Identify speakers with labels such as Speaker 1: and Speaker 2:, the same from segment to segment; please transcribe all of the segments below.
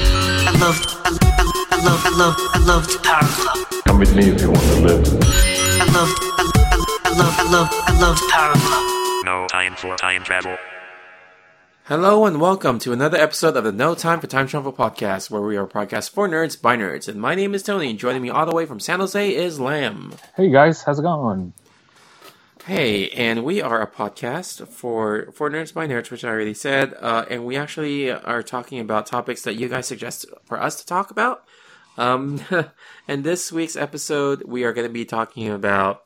Speaker 1: love, I love, I love, I love the power club.
Speaker 2: Come with me if you want to live.
Speaker 1: I love, I I love, I love, I love the power club.
Speaker 3: No time for time travel.
Speaker 4: Hello and welcome to another episode of the No Time for Time Travel podcast, where we are a podcast for nerds by nerds. And my name is Tony, and joining me all the way from San Jose is Lamb.
Speaker 5: Hey guys, how's it going?
Speaker 4: Hey, and we are a podcast for for nerds by nerds, which I already said, uh, and we actually are talking about topics that you guys suggest for us to talk about. Um, and this week's episode, we are going to be talking about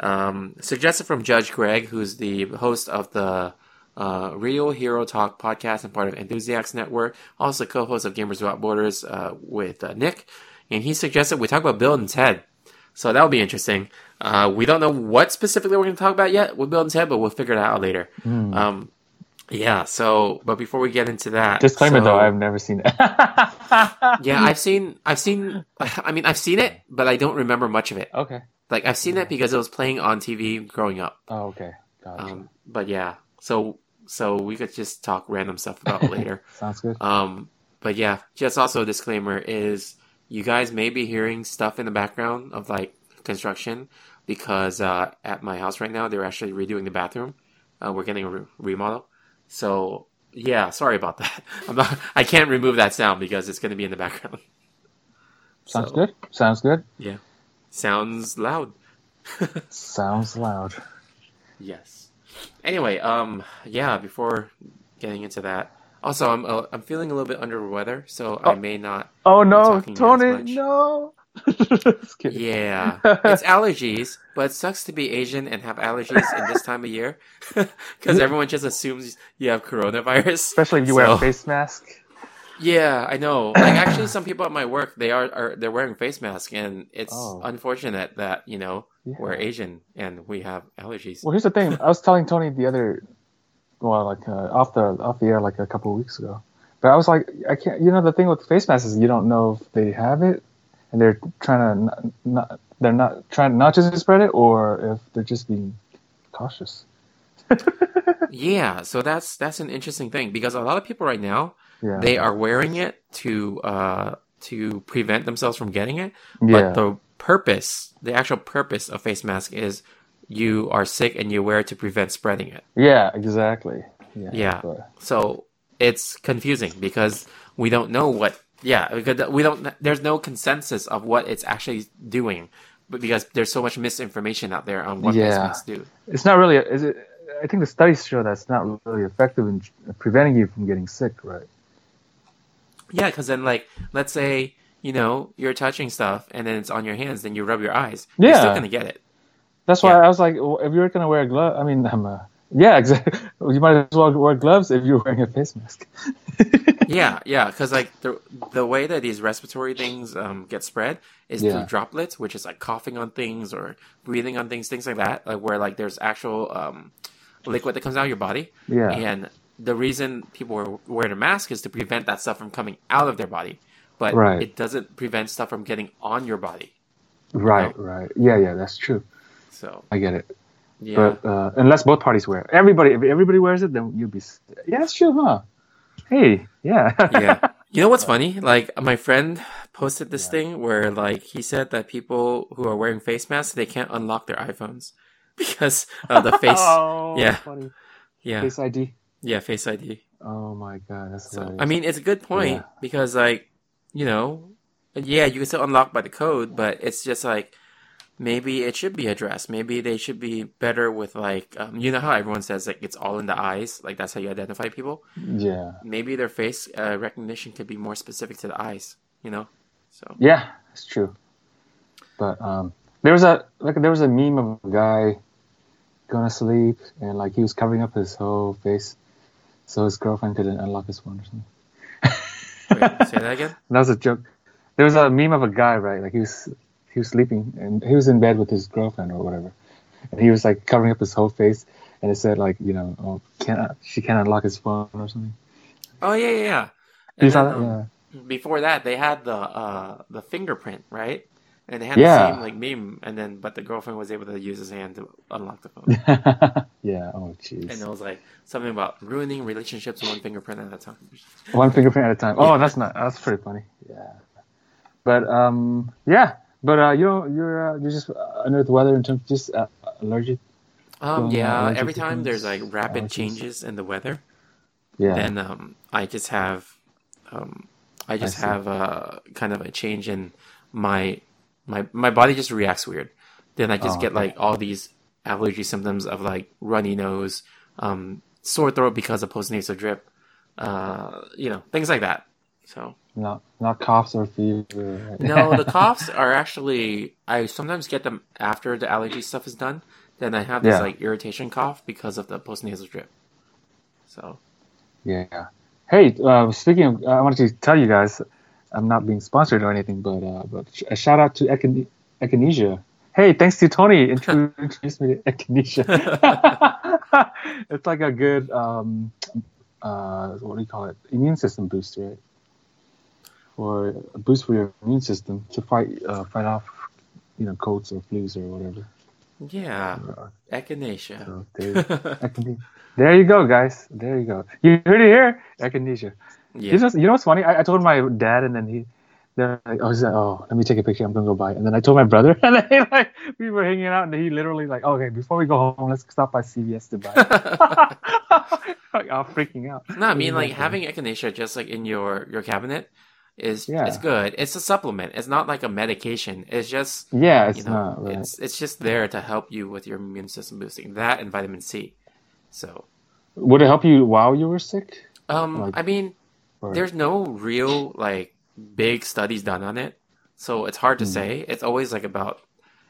Speaker 4: um, suggested from Judge Greg, who's the host of the uh, Real Hero Talk podcast and part of Enthusiasts Network, also co-host of Gamers Without Borders uh, with uh, Nick, and he suggested we talk about Bill and Ted. So that'll be interesting. Uh, we don't know what specifically we're going to talk about yet with Bill and Ted, but we'll figure it out later.
Speaker 5: Hmm. Mm-hmm.
Speaker 4: Um, yeah. So, but before we get into that,
Speaker 5: Disclaimer
Speaker 4: so-
Speaker 5: though, I've never seen it.
Speaker 4: yeah, I've seen, I've seen, I mean, I've seen it, but I don't remember much of it.
Speaker 5: okay.
Speaker 4: Like I've seen it because it was playing on TV growing up.
Speaker 5: Oh, okay. Gotcha.
Speaker 4: Um, but yeah, so so we could just talk random stuff about it later.
Speaker 5: Sounds good.
Speaker 4: Um, but yeah, just also a disclaimer is you guys may be hearing stuff in the background of like construction because uh, at my house right now they're actually redoing the bathroom. Uh, we're getting a re- remodel, so yeah, sorry about that. I'm not, I can't remove that sound because it's going to be in the background.
Speaker 5: Sounds
Speaker 4: so-
Speaker 5: good. Sounds good.
Speaker 4: Sounds loud.
Speaker 5: Sounds loud.
Speaker 4: Yes. Anyway, um, yeah. Before getting into that, also, I'm uh, I'm feeling a little bit under the weather, so I
Speaker 5: Oh.
Speaker 4: may not.
Speaker 5: Oh
Speaker 4: no, talking
Speaker 5: no,
Speaker 4: as Tony, much.
Speaker 5: Tony, no. Just kidding.
Speaker 4: Yeah, it's allergies, but it sucks to be Asian and have allergies in this time of year because everyone just assumes you have coronavirus.
Speaker 5: Especially if you wear
Speaker 4: So-
Speaker 5: a face mask.
Speaker 4: Yeah, I know. Like actually, some people at my work they are, are they're wearing face masks, and it's
Speaker 5: Oh.
Speaker 4: unfortunate that you know
Speaker 5: Yeah.
Speaker 4: we're Asian and we have allergies.
Speaker 5: Well, here's the thing. I was telling Tony the other, well, like uh, off the off the air, like a couple of weeks ago. But I was like, I can't. You know, the thing with face masks is you don't know if they have it, and they're trying to not, not they're not trying not just to spread it, or if they're just being cautious.
Speaker 4: Yeah, so that's that's an interesting thing because a lot of people right now
Speaker 5: Yeah.
Speaker 4: they are wearing it to uh to prevent themselves from getting it
Speaker 5: yeah.
Speaker 4: but the purpose the actual purpose of face mask is you are sick and you wear it to prevent spreading it
Speaker 5: yeah. Exactly. Yeah.
Speaker 4: Yeah.
Speaker 5: but-
Speaker 4: so it's confusing because we don't know what yeah because we don't there's no consensus of what it's actually doing but because there's so much misinformation out there on what face
Speaker 5: Yeah.
Speaker 4: masks do
Speaker 5: it's not really. Is it? I think the studies show that's not really effective in preventing you from getting sick, right?
Speaker 4: Yeah, because then, like, let's say you know you're touching stuff and then it's on your hands, then you rub your eyes. you're still
Speaker 5: Yeah.
Speaker 4: gonna get it.
Speaker 5: That's why
Speaker 4: Yeah.
Speaker 5: I was like, well, if you're gonna wear a glove, I mean, I'm a, yeah, exactly. You might as well wear gloves if you're wearing a face mask.
Speaker 4: Yeah, yeah, because like the the way that these respiratory things um, get spread is
Speaker 5: Yeah.
Speaker 4: through droplets, which is like coughing on things or breathing on things, things like that, like where like there's actual um, liquid that comes out of your body.
Speaker 5: Yeah.
Speaker 4: And the reason people are wearing a mask is to prevent that stuff from coming out of their body, but
Speaker 5: Right.
Speaker 4: it doesn't prevent stuff from getting on your body.
Speaker 5: Right, right. Yeah, yeah, that's true.
Speaker 4: So
Speaker 5: I get it.
Speaker 4: yeah,
Speaker 5: But uh, unless both parties wear, it. everybody, if everybody wears it, then you'll be. s- Yeah, that's true, huh? Hey, yeah, Uh,
Speaker 4: yeah. You know what's funny? Like my friend posted this thing where like he said that people who are wearing face masks they can't unlock their iPhones because of the face.
Speaker 5: Oh,
Speaker 4: yeah.
Speaker 5: funny.
Speaker 4: yeah,
Speaker 5: Face ID.
Speaker 4: yeah, Face ID.
Speaker 5: Oh my god, that's.
Speaker 4: So
Speaker 5: hilarious.
Speaker 4: I mean, it's a good point
Speaker 5: Yeah.
Speaker 4: because like you know, yeah, you can still unlock by the code, but it's just like maybe it should be addressed. Maybe they should be better with like um, you know how everyone says like it's all in the eyes, like that's how you identify people.
Speaker 5: yeah,
Speaker 4: Maybe their face uh, recognition could be more specific to the eyes. You know, so.
Speaker 5: Yeah, it's true. But um, there was a like there was a meme of a guy going to sleep and like he was covering up his whole face, so his girlfriend couldn't unlock his phone or something.
Speaker 4: Wait, say that again.
Speaker 5: That was a joke. There was a meme of a guy right, like he was he was sleeping and he was in bed with his girlfriend or whatever, and he was like covering up his whole face, and it said like you know oh can't she can't unlock his phone or something.
Speaker 4: Oh yeah, yeah. yeah.
Speaker 5: You
Speaker 4: And
Speaker 5: saw
Speaker 4: then,
Speaker 5: that?
Speaker 4: um, Before that, they had the uh, the fingerprint, right? and they had
Speaker 5: Yeah.
Speaker 4: the same like meme, and then but the girlfriend was able to use his hand to unlock the phone,
Speaker 5: yeah. Oh,
Speaker 4: and
Speaker 5: jeez.
Speaker 4: it was like something about ruining relationships one fingerprint at a time.
Speaker 5: One fingerprint at a time. Oh, that's not. That's pretty funny. Yeah. But um, yeah. But uh, you know, you're uh, you're just uh, under the weather in terms of just uh, allergic.
Speaker 4: Um,
Speaker 5: Well,
Speaker 4: yeah,
Speaker 5: allergic
Speaker 4: every time
Speaker 5: difference,
Speaker 4: there's like rapid
Speaker 5: allergies.
Speaker 4: changes in the weather,
Speaker 5: Yeah.
Speaker 4: then um, I just have, um, I just
Speaker 5: see.
Speaker 4: have uh, kind of a change in my my my body just reacts weird. Then I just
Speaker 5: Oh,
Speaker 4: get
Speaker 5: okay.
Speaker 4: like all these allergy symptoms of like runny nose, um, sore throat because of postnasal drip, uh, you know, things like that. So
Speaker 5: not not coughs or fever. right?
Speaker 4: no, the coughs are actually I sometimes get them after the allergy stuff is done. Then I have this
Speaker 5: Yeah.
Speaker 4: like irritation cough because of the postnasal drip. So
Speaker 5: Yeah. Hey, uh, speaking of, I wanted to tell you guys, I'm not being sponsored or anything, but uh, but sh- a shout out to Echin- Echinacea. Hey, thanks to Tony, intro- introduced me to Echinacea. it's like a good, um, uh, what do you call it? Immune system boost, right? Or a boost for your immune system to fight uh, fight off, you know, colds or flus or whatever.
Speaker 4: yeah,
Speaker 5: Uh,
Speaker 4: echinacea.
Speaker 5: so there, Echinacea. there you go, guys. There you go. You heard it here, Echinacea. You
Speaker 4: yeah.
Speaker 5: know, you know what's funny? I, I told my dad, and then he, they're like, oh, he's like, oh, let me take a picture. I'm gonna go buy. it." And then I told my brother, and then he, like we were hanging out, and he literally like, okay, before we go home, let's stop by CVS to buy. It. like, I'm freaking out.
Speaker 4: No, I mean like
Speaker 5: Yeah.
Speaker 4: having echinacea just like in your your cabinet is
Speaker 5: Yeah.
Speaker 4: it's good. It's a supplement. It's not like a medication. It's just
Speaker 5: Yeah, it's
Speaker 4: you know
Speaker 5: not right.
Speaker 4: it's it's just there to help you with your immune system boosting. That and vitamin C. So
Speaker 5: Would it help you while you were sick?
Speaker 4: um
Speaker 5: Like-
Speaker 4: I mean
Speaker 5: Or-
Speaker 4: there's no real like big studies done on it. So it's hard to
Speaker 5: Hmm.
Speaker 4: say. It's always like about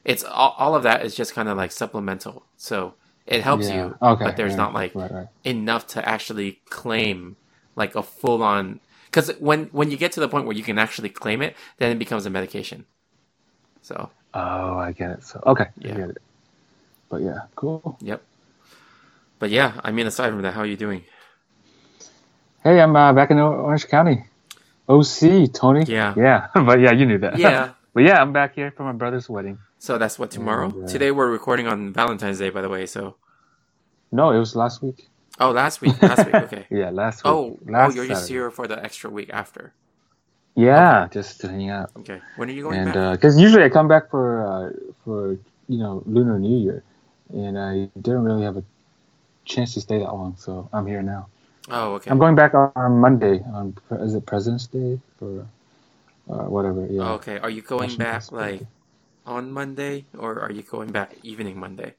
Speaker 4: it's all, all of that is just kind of like supplemental. So it helps
Speaker 5: Yeah.
Speaker 4: you,
Speaker 5: Okay,
Speaker 4: but there's
Speaker 5: yeah,
Speaker 4: not like
Speaker 5: right, right.
Speaker 4: enough to actually claim like a full on because when when you get to the point where you can actually claim it, then it becomes a medication. So
Speaker 5: Oh, I get it. So okay,
Speaker 4: Yeah.
Speaker 5: I get it. But yeah, cool.
Speaker 4: yep. But yeah, I mean, aside from that, how are you doing?
Speaker 5: Hey, I'm uh, back in O- Orange County. OC, Tony.
Speaker 4: Yeah.
Speaker 5: Yeah, but yeah, you knew that.
Speaker 4: Yeah.
Speaker 5: but yeah, I'm back here for my brother's wedding.
Speaker 4: So that's what tomorrow.
Speaker 5: Yeah.
Speaker 4: Today we're recording on Valentine's Day, by the way. So
Speaker 5: No, it was last week.
Speaker 4: oh, last week, last week, okay.
Speaker 5: Yeah, last week.
Speaker 4: Oh, oh,
Speaker 5: last
Speaker 4: you're just
Speaker 5: Saturday.
Speaker 4: here for the extra week after.
Speaker 5: Yeah, just to hang out.
Speaker 4: Okay. When are you going back?
Speaker 5: And uh, because usually I come back for uh, for you know Lunar New Year, and I didn't really have a chance to stay that long, so I'm here now.
Speaker 4: oh, okay.
Speaker 5: I'm going back on, on Monday. On pre- is it President's Day or uh, whatever? Yeah.
Speaker 4: Oh, okay. Are you going
Speaker 5: Washington
Speaker 4: back
Speaker 5: State.
Speaker 4: like on Monday, or are you going back evening Monday?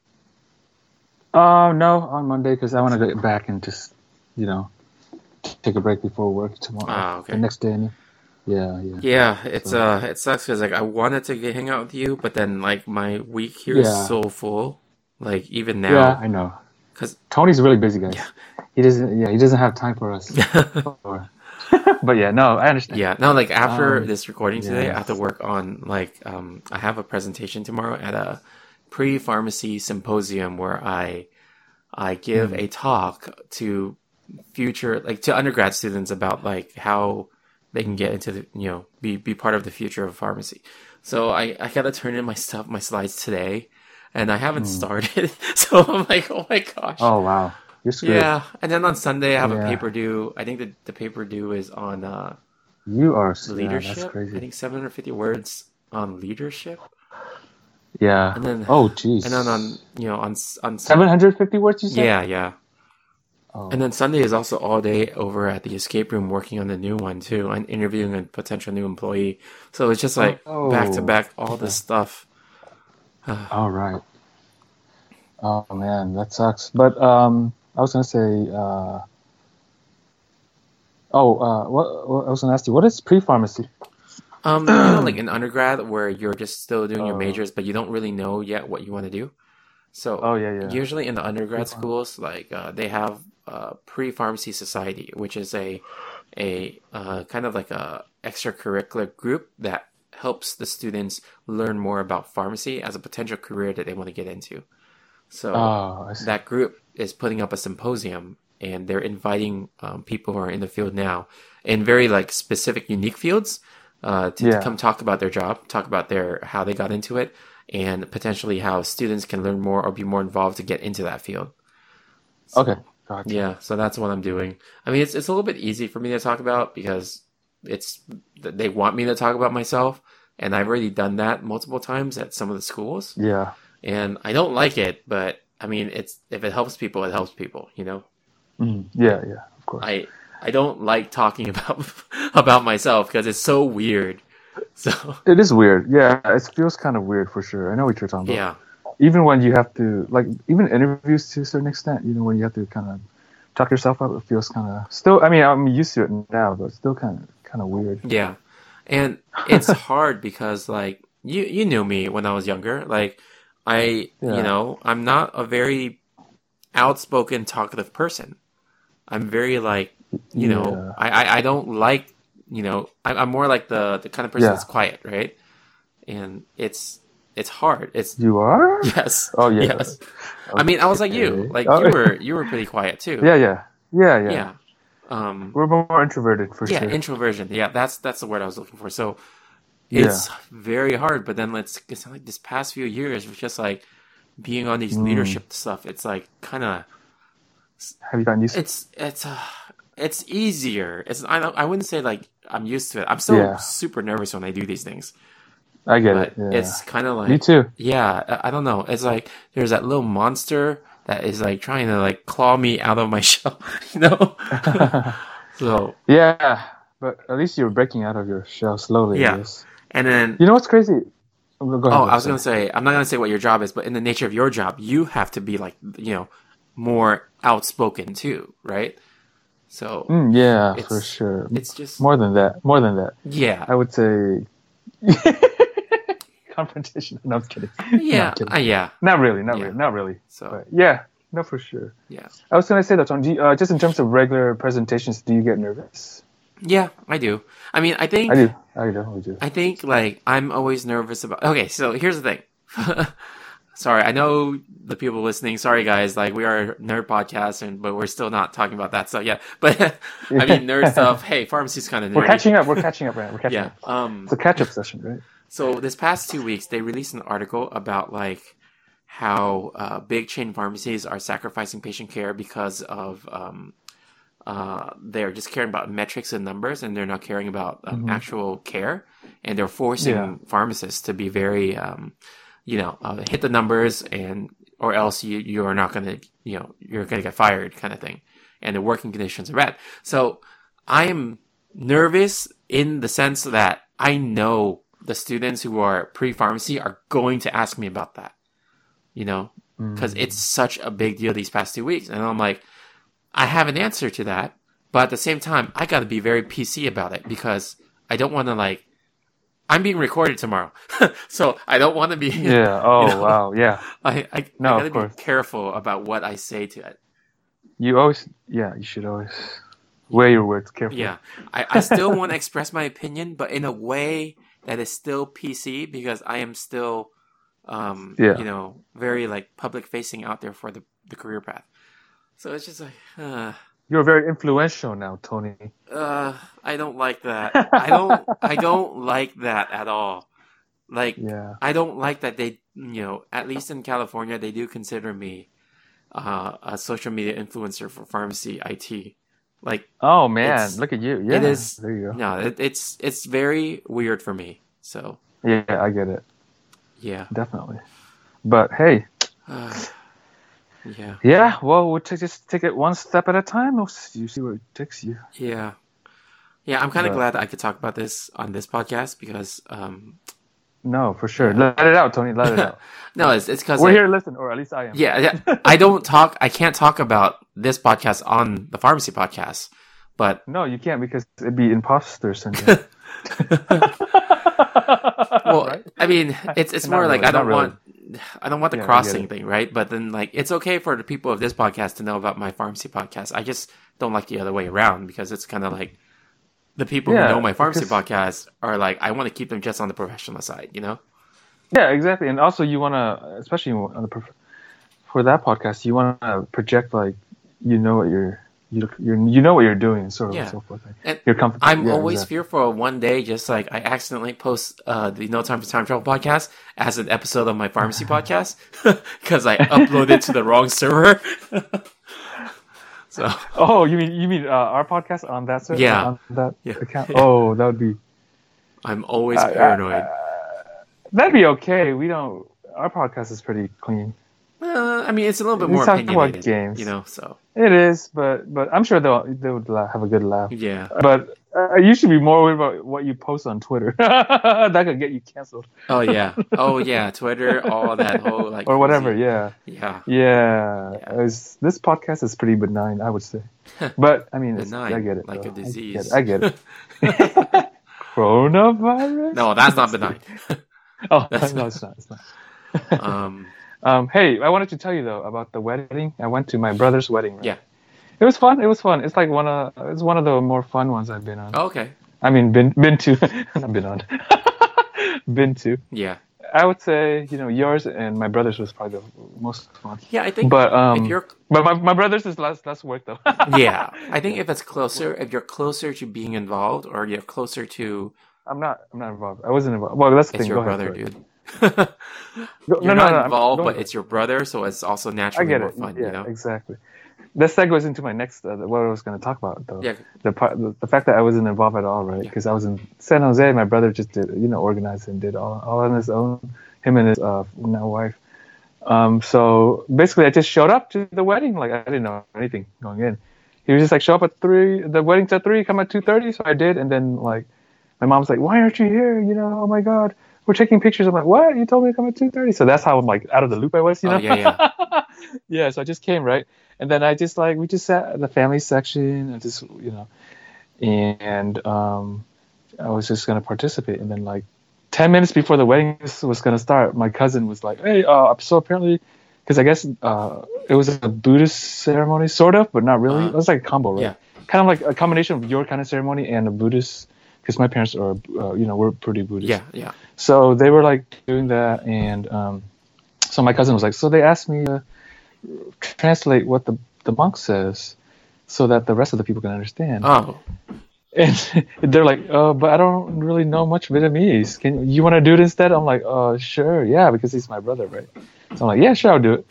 Speaker 5: Uh, no, on Monday because I want to get back and just you know take a break before work tomorrow.
Speaker 4: Ah, okay.
Speaker 5: The next day. I mean. Yeah, yeah.
Speaker 4: Yeah, it's
Speaker 5: So-
Speaker 4: uh, it sucks because like I wanted to get, hang out with you, but then like my week here is
Speaker 5: Yeah.
Speaker 4: so full. Like even
Speaker 5: Yeah,
Speaker 4: now,
Speaker 5: I know.
Speaker 4: 'Cause-
Speaker 5: Tony's really busy, guys. He doesn't. Yeah, he doesn't have time for us.
Speaker 4: yeah.
Speaker 5: Or- but yeah, no, I understand.
Speaker 4: No, like after
Speaker 5: Um,
Speaker 4: this recording today, I have to
Speaker 5: yes.
Speaker 4: work on like um, I have a presentation tomorrow at a pre-pharmacy symposium where I I give
Speaker 5: Hmm.
Speaker 4: a talk to future like to undergrad students about like how they can get into the you know be be part of the future of pharmacy. So I I gotta turn in my stuff my slides today, and I haven't started. So I'm like, oh my gosh,
Speaker 5: Hmm. Oh wow, you're screwed.
Speaker 4: yeah. And then on Sunday I have a
Speaker 5: Yeah.
Speaker 4: paper due. I think the the paper due is on uh,
Speaker 5: You are screwed.
Speaker 4: leadership.
Speaker 5: that's
Speaker 4: I
Speaker 5: crazy.
Speaker 4: think 750 words on leadership,
Speaker 5: Yeah.
Speaker 4: and then-
Speaker 5: oh jeez.
Speaker 4: and then on you know on s- on s-
Speaker 5: seven hundred fifty words. You said.
Speaker 4: yeah yeah.
Speaker 5: Oh.
Speaker 4: And then Sunday is also all day over at the escape room working on the new one too, and interviewing a potential new employee. So it's just like
Speaker 5: Oh.
Speaker 4: back to back all this stuff.
Speaker 5: All right. Oh man, that sucks. But um, I was gonna say. Uh, oh, uh, what, what I was gonna ask you. What is pre-pharmacy?
Speaker 4: Um, you know, like in undergrad where you're just still doing your
Speaker 5: Oh.
Speaker 4: majors, but you don't really know yet what you want to do. So
Speaker 5: Oh, yeah, yeah.
Speaker 4: usually in the undergrad
Speaker 5: Pre-pharm.
Speaker 4: schools, like uh, they have uh, pre-pharmacy society, which is a a uh, kind of like a extracurricular group that helps the students learn more about pharmacy as a potential career that they want to get into. So
Speaker 5: oh, I see.
Speaker 4: that group is putting up a symposium and they're inviting um, people who are in the field now in very like specific unique fields uh, to,
Speaker 5: Yeah.
Speaker 4: to come talk about their job, talk about their how they got into it, and potentially how students can learn more or be more involved to get into that field. So-
Speaker 5: Okay. Gotcha.
Speaker 4: yeah, so that's what I'm doing. I mean, it's it's a little bit easy for me to talk about because it's th- they want me to talk about myself, and I've already done that multiple times at some of the schools,
Speaker 5: Yeah.
Speaker 4: and I don't like it. But I mean, it's if it helps people, it helps people. You know,
Speaker 5: Mhm. Yeah. Yeah. Of course.
Speaker 4: I I don't like talking about about myself because it's so weird. So
Speaker 5: It is weird. Yeah. It feels kind of weird for sure. I know what you're talking about.
Speaker 4: yeah,
Speaker 5: Even when you have to, like, even interviews to a certain extent, you know, when you have to kind of tuck yourself up, it feels kind of still. I mean, I'm used to it now, but it's still kind of kind of weird.
Speaker 4: yeah, and it's hard because like you you knew me when I was younger. Like I
Speaker 5: Yeah.
Speaker 4: you know I'm not a very outspoken talkative person. I'm very like you
Speaker 5: Yeah.
Speaker 4: know I, I I don't like you know I, I'm more like the the kind of person
Speaker 5: Yeah.
Speaker 4: that's quiet, right? And it's it's hard. It's
Speaker 5: You are?
Speaker 4: yes.
Speaker 5: Oh, yeah.
Speaker 4: Yes. I mean, I was like you.
Speaker 5: Okay.
Speaker 4: Like
Speaker 5: Oh.
Speaker 4: you were you were pretty quiet too.
Speaker 5: Yeah. Yeah. Yeah. Yeah.
Speaker 4: yeah. Um,
Speaker 5: We're more introverted for
Speaker 4: yeah,
Speaker 5: sure.
Speaker 4: introversion. Yeah, that's that's the word I was looking for. So
Speaker 5: Yeah.
Speaker 4: it's very hard. But then let's it's like this past few years was just like being on these
Speaker 5: Mm.
Speaker 4: leadership stuff. It's like kind of
Speaker 5: have you gotten used? to
Speaker 4: it's it's uh, it's easier. It's I don't, I wouldn't say like I'm used to it. I'm still
Speaker 5: Yeah.
Speaker 4: super nervous when I do these things,
Speaker 5: I get
Speaker 4: but
Speaker 5: it. Yeah.
Speaker 4: it's kind of like
Speaker 5: Me too.
Speaker 4: yeah, I- I don't know. It's like there's that little monster that is like trying to like claw me out of my shell, you know. so
Speaker 5: Yeah, but at least you're breaking out of your shell slowly.
Speaker 4: Yeah.
Speaker 5: Yeah.
Speaker 4: and then
Speaker 5: You know what's crazy? Oh, go ahead,
Speaker 4: oh, I was
Speaker 5: sorry.
Speaker 4: gonna say I'm not gonna say what your job is, but in the nature of your job, you have to be like you know more outspoken too, right? So
Speaker 5: Mm, yeah,
Speaker 4: It's-
Speaker 5: for sure.
Speaker 4: it's just
Speaker 5: More than that. More than that.
Speaker 4: yeah,
Speaker 5: I would say confrontation. No, I'm kidding. No,
Speaker 4: yeah,
Speaker 5: I'm kidding.
Speaker 4: uh, yeah.
Speaker 5: Not really. Not
Speaker 4: Yeah.
Speaker 5: really. Not really.
Speaker 4: So
Speaker 5: But yeah, no, for sure.
Speaker 4: yeah,
Speaker 5: I was gonna say that, Tom. Do you, uh, just in terms of regular presentations, do you get nervous?
Speaker 4: yeah, I do. I mean, I think
Speaker 5: I do. I definitely do.
Speaker 4: I think like I'm always nervous about. Okay, so here's the thing. sorry, I know the people listening. Sorry, guys. Like we are a nerd podcast, and but we're still not talking about that. So yeah, but I mean nerd stuff. Hey, pharmacy's kind of
Speaker 5: We're catching up. We're catching up, right? We're catching
Speaker 4: Yeah.
Speaker 5: up.
Speaker 4: Um.
Speaker 5: It's a catch-up session, right?
Speaker 4: So this past two weeks, they released an article about like how uh, big chain pharmacies are sacrificing patient care because of um, uh, they're just caring about metrics and numbers, and they're not caring about um,
Speaker 5: Mhm.
Speaker 4: actual care, and they're forcing
Speaker 5: Yeah.
Speaker 4: pharmacists to be very, um, you know, uh, hit the numbers, and or else you you are not gonna you know you're gonna get fired kind of thing, and the working conditions are bad. So I am nervous in the sense that I know the students who are pre-pharmacy are going to ask me about that, you know,
Speaker 5: Mm.
Speaker 4: because it's such a big deal these past two weeks, and I'm like, I have an answer to that, but at the same time, I got to be very PC about it because I don't want to like. I'm being recorded tomorrow, so I don't want to be.
Speaker 5: Yeah. Oh
Speaker 4: know.
Speaker 5: wow. Yeah.
Speaker 4: I, I,
Speaker 5: No,
Speaker 4: I
Speaker 5: of
Speaker 4: gotta
Speaker 5: course.
Speaker 4: be careful about what I say to it.
Speaker 5: You always, yeah, you should always weigh your words carefully.
Speaker 4: Yeah, I, I still want to express my opinion, but in a way that is still PC because I am still, um,
Speaker 5: Yeah.
Speaker 4: you know, very like public facing out there for the, the career path. So it's just like, uh,
Speaker 5: You're very influential now, Tony.
Speaker 4: uh, I don't like that. I don't, I don't like that at all. Like,
Speaker 5: Yeah.
Speaker 4: I don't like that they, you know, at least in California, they do consider me uh, a social media influencer for pharmacy IT. Like,
Speaker 5: Oh man,
Speaker 4: It's-
Speaker 5: look at you. Yeah.
Speaker 4: is-
Speaker 5: There you go.
Speaker 4: no, it, it's it's very weird for me. So
Speaker 5: Yeah, I get it.
Speaker 4: yeah,
Speaker 5: Definitely. But hey,
Speaker 4: uh, yeah,
Speaker 5: yeah. Well, we'll t- just take it one step at a time. We'll s- You see where it takes you.
Speaker 4: yeah, yeah. I'm kind of
Speaker 5: But-
Speaker 4: glad that I could talk about this on this podcast because um,
Speaker 5: No, for sure. Let it out, Tony. Let it out.
Speaker 4: no, it's it's because
Speaker 5: We're here to listen, or at least I am.
Speaker 4: Yeah, yeah. I don't talk. I can't talk about this podcast on the pharmacy podcast, but
Speaker 5: No, you can't because it'd be imposter syndrome.
Speaker 4: well,
Speaker 5: Right?
Speaker 4: I mean, it's it's more
Speaker 5: Not
Speaker 4: like
Speaker 5: really,
Speaker 4: I don't
Speaker 5: not really.
Speaker 4: want I don't want the
Speaker 5: Yeah, I get
Speaker 4: crossing
Speaker 5: it.
Speaker 4: thing, right? But then like it's okay for the people of this podcast to know about my pharmacy podcast. I just don't like the other way around because it's kind of like the people
Speaker 5: Yeah,
Speaker 4: who know my pharmacy
Speaker 5: because-
Speaker 4: podcast are like I want to keep them just on the professional side, you know?
Speaker 5: Yeah, exactly. And also, you want to, especially on the prof- for that podcast, you want to project like you know what you're you you you know what you're doing, sort of
Speaker 4: Yeah.
Speaker 5: and so forth. Like,
Speaker 4: And
Speaker 5: you're comfortable.
Speaker 4: I'm
Speaker 5: yeah,
Speaker 4: always
Speaker 5: exactly.
Speaker 4: fearful of one day, just like I accidentally post uh, the No Time for Time Travel podcast as an episode of my pharmacy podcast because I uploaded to the wrong server. so
Speaker 5: Oh, you mean you mean uh, our podcast on that server?
Speaker 4: Yeah.
Speaker 5: on that
Speaker 4: Yeah.
Speaker 5: account. Oh, that would be
Speaker 4: I'm always
Speaker 5: I- I-
Speaker 4: paranoid.
Speaker 5: that'd be okay. We don't. Our podcast is pretty clean.
Speaker 4: Uh, I mean, it's a little bit
Speaker 5: We
Speaker 4: more
Speaker 5: talked about
Speaker 4: opinionated,
Speaker 5: games.
Speaker 4: you know. So
Speaker 5: It is, but but I'm sure they'll they would la- have a good laugh.
Speaker 4: yeah.
Speaker 5: But uh, you should be more worried about what you post on Twitter. that could get you canceled
Speaker 4: Oh yeah. Oh yeah. Twitter, all that whole like
Speaker 5: or whatever.
Speaker 4: crazy-
Speaker 5: Yeah,
Speaker 4: Yeah.
Speaker 5: yeah. It's- this podcast is pretty benign, I would say. But I mean, it's,
Speaker 4: Benign,
Speaker 5: I get it.
Speaker 4: like
Speaker 5: though.
Speaker 4: a disease.
Speaker 5: I get it. I get it. Coronavirus?
Speaker 4: No, that's not benign.
Speaker 5: Oh,
Speaker 4: that's
Speaker 5: no,
Speaker 4: not-
Speaker 5: it's not. It's not.
Speaker 4: um,
Speaker 5: Um, hey, I wanted to tell you though about the wedding. I went to my brother's wedding. Right?
Speaker 4: Yeah.
Speaker 5: It was fun. It was fun. It's like one of it's one of the more fun ones I've been on.
Speaker 4: okay.
Speaker 5: I mean, been been to, not been on, been to.
Speaker 4: Yeah.
Speaker 5: I would say you know yours and my brother's was probably the most fun.
Speaker 4: Yeah. I think.
Speaker 5: But um,
Speaker 4: if you're
Speaker 5: but my, my brother's is less less work though.
Speaker 4: yeah, I think if it's closer, if you're closer to being involved, or you're closer to
Speaker 5: I'm not I'm not involved. I wasn't involved. Well, that's the
Speaker 4: it's
Speaker 5: thing.
Speaker 4: your
Speaker 5: Go ahead,
Speaker 4: brother,
Speaker 5: go ahead.
Speaker 4: dude. you're
Speaker 5: Go- no, no,
Speaker 4: not
Speaker 5: no, I'm-
Speaker 4: involved,
Speaker 5: go
Speaker 4: but
Speaker 5: ahead.
Speaker 4: it's your brother, so it's also
Speaker 5: I
Speaker 4: naturally
Speaker 5: get
Speaker 4: more
Speaker 5: it.
Speaker 4: fun.
Speaker 5: yeah,
Speaker 4: you know?
Speaker 5: exactly. That segues into my next uh, what I was going to talk about though.
Speaker 4: Yeah.
Speaker 5: The part, the, the fact that I wasn't involved at all, right?
Speaker 4: Yeah.
Speaker 5: Because I was in San Jose. My brother just did you know organized and did all all on his own. Him and his uh, now wife. Um, so basically, I just showed up to the wedding. Like I didn't know anything going in. He was just like, show up at three. The wedding's at three. Come at two thirty. So I did, and then like, my mom's like, why aren't you here? You know, oh my god, we're taking pictures. I'm like, what? You told me to come at two thirty. So that's how I'm like out of the loop I was. You
Speaker 4: Oh,
Speaker 5: know?
Speaker 4: yeah, yeah.
Speaker 5: yeah, so I just came right, and then I just like we just sat at the family section and just you know, and um, I was just gonna participate, and then like ten minutes before the wedding was was gonna start, my cousin was like, "Hey, uh, so apparently, because I guess uh, it was a Buddhist ceremony, sort of, but not really.
Speaker 4: Uh-huh.
Speaker 5: it was like a combo, right?
Speaker 4: Yeah.
Speaker 5: Kind of like a combination of your kind of ceremony and a Buddhist." Because my parents are, uh, you know, we're pretty Buddhist
Speaker 4: yeah, yeah.
Speaker 5: so they were like doing that and um, so my cousin was like so they asked me to translate what the, the monk says so that the rest of the people can understand
Speaker 4: Oh,
Speaker 5: and they're like uh, but i don't really know much vietnamese can you want to do it instead i'm like uh, sure yeah because he's my brother right so i'm like yeah sure i'll do it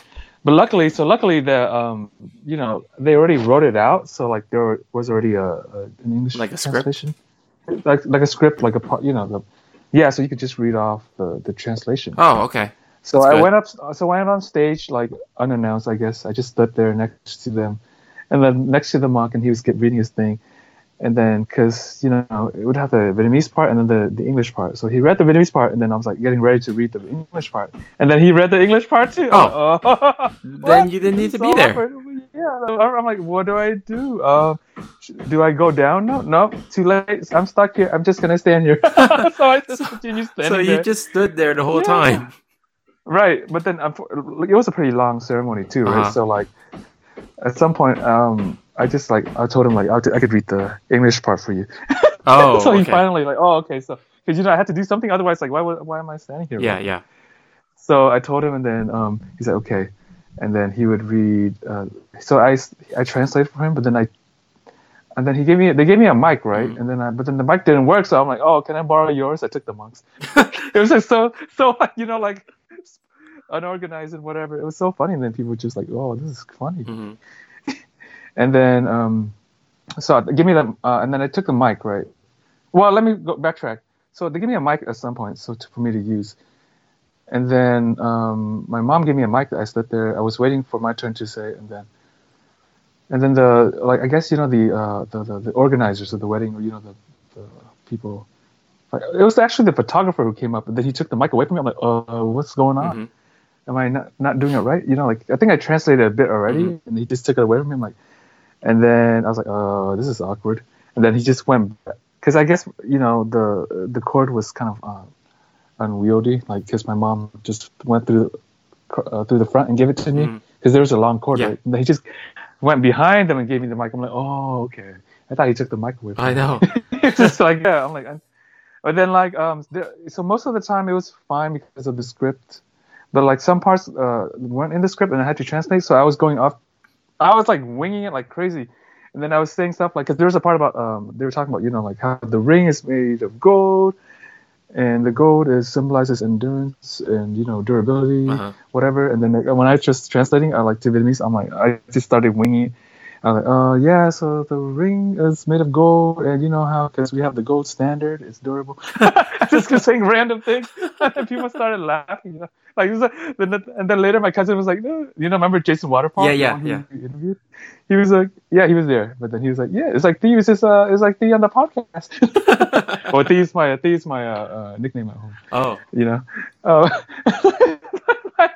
Speaker 5: but luckily so luckily the um, you know they already wrote it out so like there was already a, a an english
Speaker 4: Like a script?
Speaker 5: translation like like a script like a pro- you know the yeah so you could just read off the, the translation
Speaker 4: oh, okay.
Speaker 5: so
Speaker 4: That's
Speaker 5: I
Speaker 4: good.
Speaker 5: went up. So I went on stage like unannounced, I guess. I just stood there next to them, and then next to the monk, and he was get, reading his thing, and then because you know it would have the Vietnamese part and then the, the English part. So he read the Vietnamese part, and then I was like getting ready to read the English part, and then he read the English part too.
Speaker 4: Oh.
Speaker 5: Uh,
Speaker 4: Then you didn't need to
Speaker 5: so
Speaker 4: be there.
Speaker 5: awkward. Yeah, I'm I'm like, what do I do? Um, sh- do I go down? No, no, too late. I'm stuck here. I'm just gonna stand here. so I just continue standing
Speaker 4: So you
Speaker 5: there.
Speaker 4: just stood there the whole
Speaker 5: Yeah.
Speaker 4: time.
Speaker 5: Right, but then um, it was a pretty long ceremony too, right?
Speaker 4: Uh-huh.
Speaker 5: So like, at some point, um, I just like I told him like I'll t- I could read the English part for you.
Speaker 4: Oh,
Speaker 5: so he
Speaker 4: okay.
Speaker 5: finally like, oh okay, so because you know I had to do something otherwise like why would- why am I standing here?
Speaker 4: yeah,
Speaker 5: right?
Speaker 4: yeah.
Speaker 5: So I told him, and then um, he said okay, and then he would read. Uh, so I s- I translated for him, but then I. And then he gave me they gave me a mic, right? And then I, but then the mic didn't work, so I'm like, oh, can I borrow yours? I took the monk's it was like so so you know like unorganized and whatever it was so funny and then people were just like oh this is funny
Speaker 4: Mhm.
Speaker 5: and then um so give me that uh, and then i took the mic right well let me go backtrack so they gave me a mic at some point so to, for me to use and then um, my mom gave me a mic that i stood there i was waiting for my turn to say and then and then the like i guess you know the uh the, the, the organizers of the wedding or you know the, the people like, it was actually the photographer who came up and then he took the mic away from me i'm like uh what's going on
Speaker 4: Mhm.
Speaker 5: am i not, not doing it right you know like i think i translated a bit already and he just took it away from me i'm like and then i was like oh this is awkward and then he just went because i guess you know the the cord was kind of uh, unwieldy like because my mom just went through uh, through the front and gave it to me because
Speaker 4: Mhm.
Speaker 5: there was a long cord
Speaker 4: Yeah.
Speaker 5: right and he just went behind them and gave me the mic i'm like oh okay i thought he took the mic away from
Speaker 4: I
Speaker 5: me
Speaker 4: know.
Speaker 5: it's just like yeah i'm like i but then like um there, so most of the time it was fine because of the script but like some parts uh, weren't in the script and i had to translate so i was going off i was like winging it like crazy And then I was saying stuff like, because there was a part about um, they were talking about you know like how the ring is made of gold, and the gold is symbolizes endurance and you know durability,
Speaker 4: Uh-huh.
Speaker 5: whatever. And then like, when I was just translating, I like to Vietnamese, I'm like I just started winging. it. I'm like, uh, yeah, so the ring is made of gold, and you know how because we have the gold standard, it's durable. I just kept saying random things, and people started laughing. You know? Like, it was like- then and then later my cousin was like, no, you know, remember Jason Waterfall?
Speaker 4: Yeah, yeah,
Speaker 5: The one who
Speaker 4: yeah.
Speaker 5: we interviewed? He was like, yeah, he was there, but then he was like, yeah, it's like Thieves is uh, it's like Thee on the podcast. well, Thee's my Thee's my uh, uh, nickname at home.
Speaker 4: oh,
Speaker 5: You know, uh,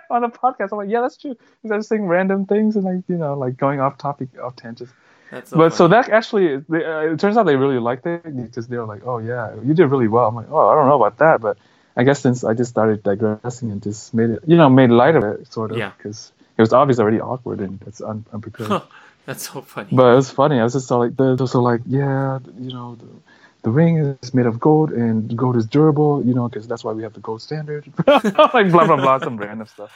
Speaker 5: on a podcast, I'm like, yeah, that's true. 'Cause I was saying random things and like you know, like going off topic, off tangents
Speaker 4: that's
Speaker 5: but
Speaker 4: funny.
Speaker 5: so that actually, they, uh, it turns out they really liked it because they were like, "Oh yeah, you did really well." I'm like, "Oh, I don't know about that," but I guess since I just started digressing and just made it, you know, made light of it sort of
Speaker 4: Yeah.
Speaker 5: because it was obviously already awkward and it's un- unprepared.
Speaker 4: that's so funny.
Speaker 5: But it was funny. I was just all like, the, so like, yeah, you know, the, the ring is made of gold and gold is durable, you know, because that's why we have the gold standard. like blah blah blah, some random stuff.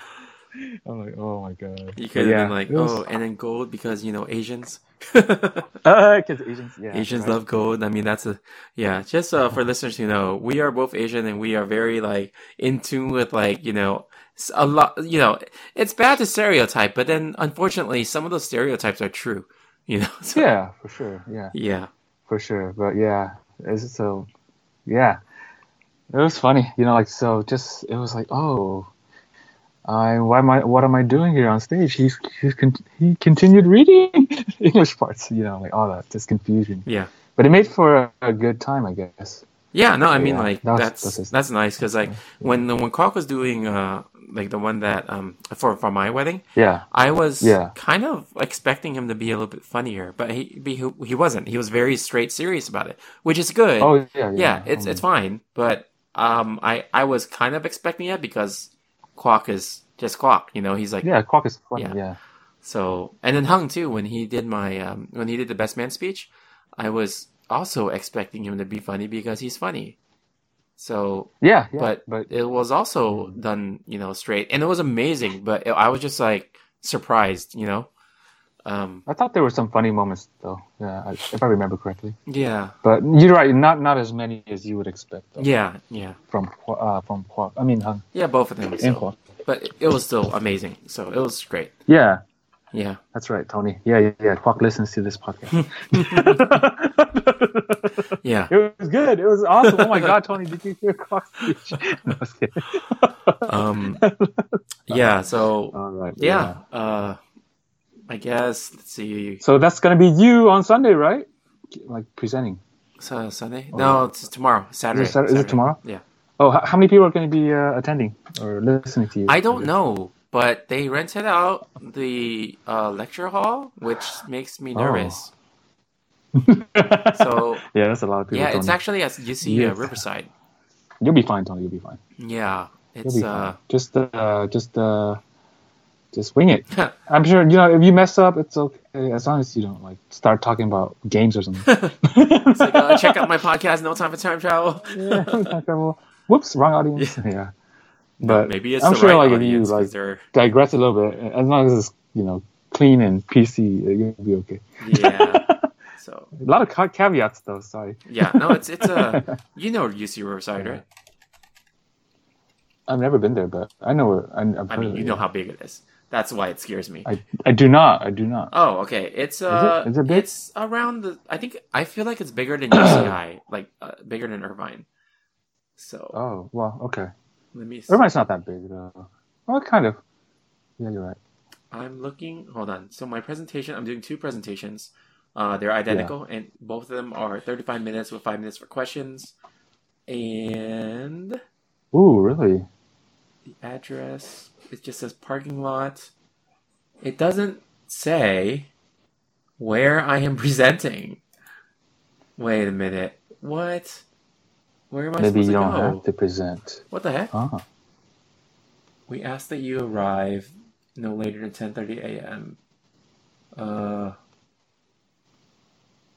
Speaker 5: I'm like, oh my god.
Speaker 4: you
Speaker 5: But
Speaker 4: could have
Speaker 5: yeah,
Speaker 4: been like,
Speaker 5: it was-
Speaker 4: oh, and then gold because you know Asians.
Speaker 5: uh, 'cause Asians, yeah,
Speaker 4: Asians
Speaker 5: right.
Speaker 4: love gold. I mean, that's a yeah. Just uh, for listeners to know, we are both Asian and we are very like in tune with like you know s- a lot. You know, it's bad to stereotype, but then unfortunately, some of those stereotypes are true. You know, so,
Speaker 5: Yeah, for sure. Yeah.
Speaker 4: yeah,
Speaker 5: for sure. But yeah, it's, so yeah, it was funny. You know, like so, just it was like, oh, I why am I what am I doing here on stage? He's, he's con- he continued reading English parts. You know, like all that just confusion.
Speaker 4: yeah.
Speaker 5: But it made for a, a good time, I guess.
Speaker 4: Yeah, no, I mean
Speaker 5: Yeah,
Speaker 4: like
Speaker 5: that's-
Speaker 4: that's that's,
Speaker 5: that's-
Speaker 4: nice because like when when Clark was doing uh like the one that um for for my wedding,
Speaker 5: Yeah,
Speaker 4: I was
Speaker 5: Yeah.
Speaker 4: kind of expecting him to be a little bit funnier, but he he, he wasn't. He was very straight serious about it, which is good.
Speaker 5: Oh, yeah, yeah.
Speaker 4: yeah, it's it's fine, but um I I was kind of expecting it because Quark is just Quark, you know. He's like
Speaker 5: yeah. Quack is funny.
Speaker 4: Yeah.
Speaker 5: Yeah,
Speaker 4: so, and then Hung too, when he did my um, when he did the best man speech, I was also expecting him to be funny because he's funny. So,
Speaker 5: yeah, yeah.
Speaker 4: but
Speaker 5: but
Speaker 4: it was also done, you know, straight, and it was amazing. But I was just like surprised, you know. Um,
Speaker 5: I thought there were some funny moments though. Yeah, I, if I remember correctly.
Speaker 4: yeah,
Speaker 5: But you're right. Not not as many as you would expect though,
Speaker 4: yeah, yeah,
Speaker 5: from Qua- uh, from Quack. I mean, Hung
Speaker 4: yeah, both of them.
Speaker 5: and
Speaker 4: So.
Speaker 5: Quack.
Speaker 4: But it- it was still amazing. So it was great.
Speaker 5: Yeah,
Speaker 4: Yeah.
Speaker 5: That's right, Tony. Yeah, yeah, yeah. Quack listens to this podcast.
Speaker 4: Yeah.
Speaker 5: it was good. It was awesome. Oh my god, Tony, did you hear Quack's speech? No, I was kidding.
Speaker 4: Um, yeah. So,
Speaker 5: All right.
Speaker 4: yeah. Uh, I guess, let's see.
Speaker 5: So that's gonna be you on Sunday, right? Like presenting.
Speaker 4: So Sunday? No, it's tomorrow. Saturday.
Speaker 5: Sat- Oh. is it tomorrow?
Speaker 4: Yeah.
Speaker 5: Oh, h- how many people are gonna be uh, attending or listening to you?
Speaker 4: I don't know, but they rented out the uh, lecture hall, which makes
Speaker 5: Oh.
Speaker 4: me nervous. so
Speaker 5: Yeah, that's a lot of people.
Speaker 4: yeah, it's
Speaker 5: Tony.
Speaker 4: actually at UC uh,
Speaker 5: Yes.
Speaker 4: Riverside.
Speaker 5: You'll be fine, Tony. You'll be fine.
Speaker 4: Yeah,
Speaker 5: You'll
Speaker 4: it's
Speaker 5: be fine.
Speaker 4: uh,
Speaker 5: Just, uh, just, uh, just wing it. I'm sure you know if you mess up, it's okay as long as you don't like start talking about games or something.
Speaker 4: it's like uh, check out my podcast. No time for time travel.
Speaker 5: Yeah, time travel. Whoops, wrong audience. Yeah. But
Speaker 4: Maybe it's
Speaker 5: I'm
Speaker 4: the
Speaker 5: sure
Speaker 4: right
Speaker 5: like
Speaker 4: audience
Speaker 5: if you
Speaker 4: 'cause
Speaker 5: like
Speaker 4: they're
Speaker 5: digress a little bit, as long as it's you know clean and PC, you'll be okay.
Speaker 4: yeah. So
Speaker 5: A lot of ca- caveats though. Sorry.
Speaker 4: yeah, no, it's it's uh, you know UC Riverside, right?
Speaker 5: I've never been there, but I know where. I, I've
Speaker 4: I
Speaker 5: heard
Speaker 4: mean,
Speaker 5: of
Speaker 4: you
Speaker 5: it.
Speaker 4: know how big it is. That's why it scares me.
Speaker 5: I I do not. I do not.
Speaker 4: Oh, okay. It's uh,
Speaker 5: Is it big?
Speaker 4: it's around the. I think I feel like it's bigger than UCI, like uh, bigger than Irvine. So
Speaker 5: Oh well, okay.
Speaker 4: let me. See.
Speaker 5: Irvine's not that big though. Well, kind of. Yeah, you're right.
Speaker 4: I'm looking. Hold on. So my presentation. I'm doing two presentations. Uh, they're identical, and both of them are 35 minutes with five minutes for questions. And
Speaker 5: Ooh, really?
Speaker 4: the address. It just says parking lot. It doesn't say where I am presenting. Wait a minute. What? Where am I
Speaker 5: Maybe
Speaker 4: supposed
Speaker 5: you
Speaker 4: to
Speaker 5: don't
Speaker 4: go?
Speaker 5: have to present.
Speaker 4: What the heck?
Speaker 5: Ah,
Speaker 4: We ask that you arrive no later than 10:30 a.m. Uh,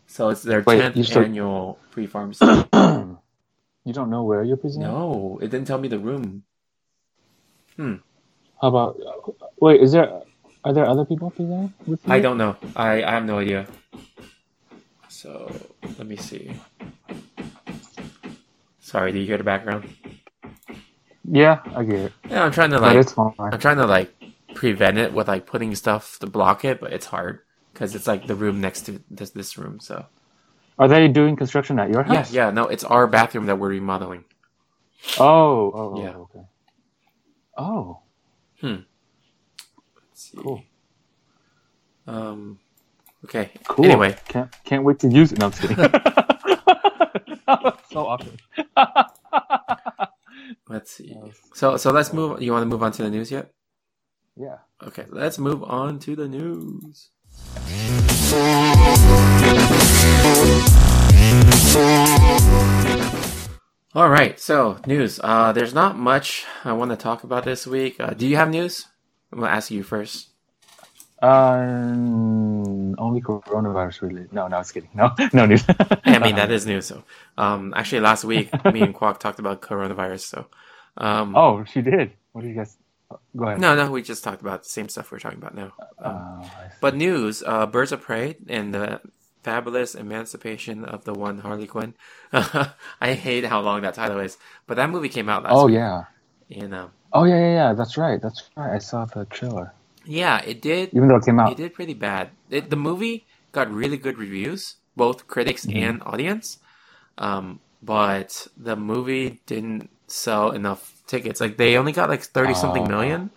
Speaker 4: so it's their
Speaker 5: Wait,
Speaker 4: 10th
Speaker 5: you said-
Speaker 4: annual pre-pharmacy.
Speaker 5: you don't know where you're presenting.
Speaker 4: no, it didn't tell me the room.
Speaker 5: How about? Wait, is there? Are there other people presenting? with you?
Speaker 4: I don't know. I, I have no idea. So let me see. Sorry, do you hear the background?
Speaker 5: Yeah, I get it.
Speaker 4: Yeah, I'm trying to
Speaker 5: But
Speaker 4: like
Speaker 5: it's fine.
Speaker 4: I'm trying to like prevent it with like putting stuff to block it, but it's hard because it's like the room next to this this room. So
Speaker 5: Are they doing construction at your
Speaker 4: yeah,
Speaker 5: house?
Speaker 4: yeah, no, it's our bathroom that we're remodeling.
Speaker 5: Oh, oh,
Speaker 4: Yeah.
Speaker 5: oh okay. Oh,
Speaker 4: Let's see.
Speaker 5: Cool.
Speaker 4: Um. Okay.
Speaker 5: cool.
Speaker 4: Anyway,
Speaker 5: can't can't wait to use it. No, I'm just kidding. so awkward.
Speaker 4: let's see. So so let's move. You want to move on to the news yet?
Speaker 5: Yeah.
Speaker 4: Okay, let's move on to the news. All right, so news. Uh, there's not much I want to talk about this week. Uh, do you have news? I'm gonna ask you first.
Speaker 5: Um, only coronavirus related. No, no, I was kidding. No, no news.
Speaker 4: I mean, uh, that is news. So, um, actually, last week me and Quack talked about coronavirus. So, um,
Speaker 5: Oh, she did. What do you guys? Go ahead.
Speaker 4: no, no, we just talked about the same stuff we're talking about now. Um,
Speaker 5: Uh, I see.
Speaker 4: But news, uh, Birds of Prey and the fabulous emancipation of the one Harley Quinn. I hate how long that title is, but that movie came out last
Speaker 5: oh
Speaker 4: week.
Speaker 5: yeah.
Speaker 4: And um,
Speaker 5: Oh yeah, yeah, yeah. That's right. That's right. I saw the trailer.
Speaker 4: yeah, it did.
Speaker 5: Even though it came
Speaker 4: It
Speaker 5: out.
Speaker 4: did pretty bad. It, the movie got really good reviews, both critics
Speaker 5: Mm-hmm.
Speaker 4: and audience. Um, but the movie didn't sell enough tickets. Like they only got like thirty something
Speaker 5: Oh.
Speaker 4: million.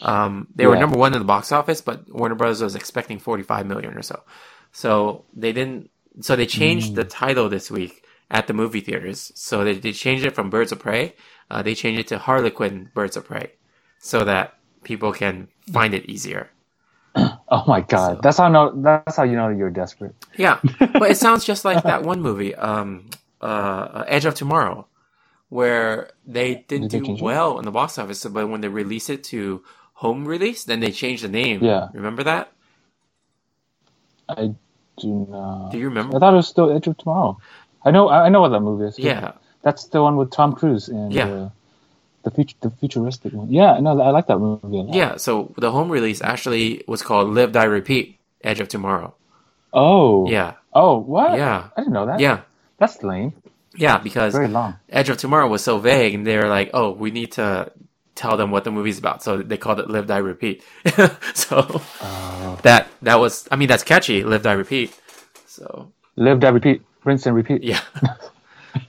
Speaker 4: Um, they were
Speaker 5: Yeah.
Speaker 4: number one in the box office, but Warner Bros. was expecting forty five million or so. So they didn't. So they changed
Speaker 5: Mm.
Speaker 4: the title this week at the movie theaters. So they, they changed it from Birds of Prey. Uh, they changed it to Harlequin Birds of Prey, so that people can find it easier.
Speaker 5: Oh my god.
Speaker 4: So-
Speaker 5: That's how no. That's how you know you're desperate.
Speaker 4: Yeah, but it sounds just like that one movie, um, uh, Edge of Tomorrow, where they didn't
Speaker 5: Did they
Speaker 4: do
Speaker 5: change it?
Speaker 4: well in the box office, but when they released it to home release, then they changed the name.
Speaker 5: Yeah.
Speaker 4: remember that?
Speaker 5: I do not.
Speaker 4: Do you remember?
Speaker 5: I thought it was still Edge of Tomorrow. I know. I I know what that movie is. too.
Speaker 4: yeah,
Speaker 5: That's the one with Tom Cruise and
Speaker 4: Yeah.
Speaker 5: uh, the future, the futuristic one. Yeah, no, I like that movie. A lot.
Speaker 4: yeah. So the home release actually was called Live Die Repeat: Edge of Tomorrow.
Speaker 5: Oh.
Speaker 4: Yeah,
Speaker 5: Oh, what?
Speaker 4: Yeah.
Speaker 5: I didn't know that.
Speaker 4: yeah,
Speaker 5: That's lame.
Speaker 4: yeah. Because
Speaker 5: Very long.
Speaker 4: Edge of Tomorrow was so vague, and they were like, "Oh, we need to tell them what the movie's about," so they called it "Live Die Repeat." so
Speaker 5: Oh.
Speaker 4: that that was, I mean, that's catchy, "Live Die Repeat." So
Speaker 5: Live, die, repeat. Rinse and repeat.
Speaker 4: yeah,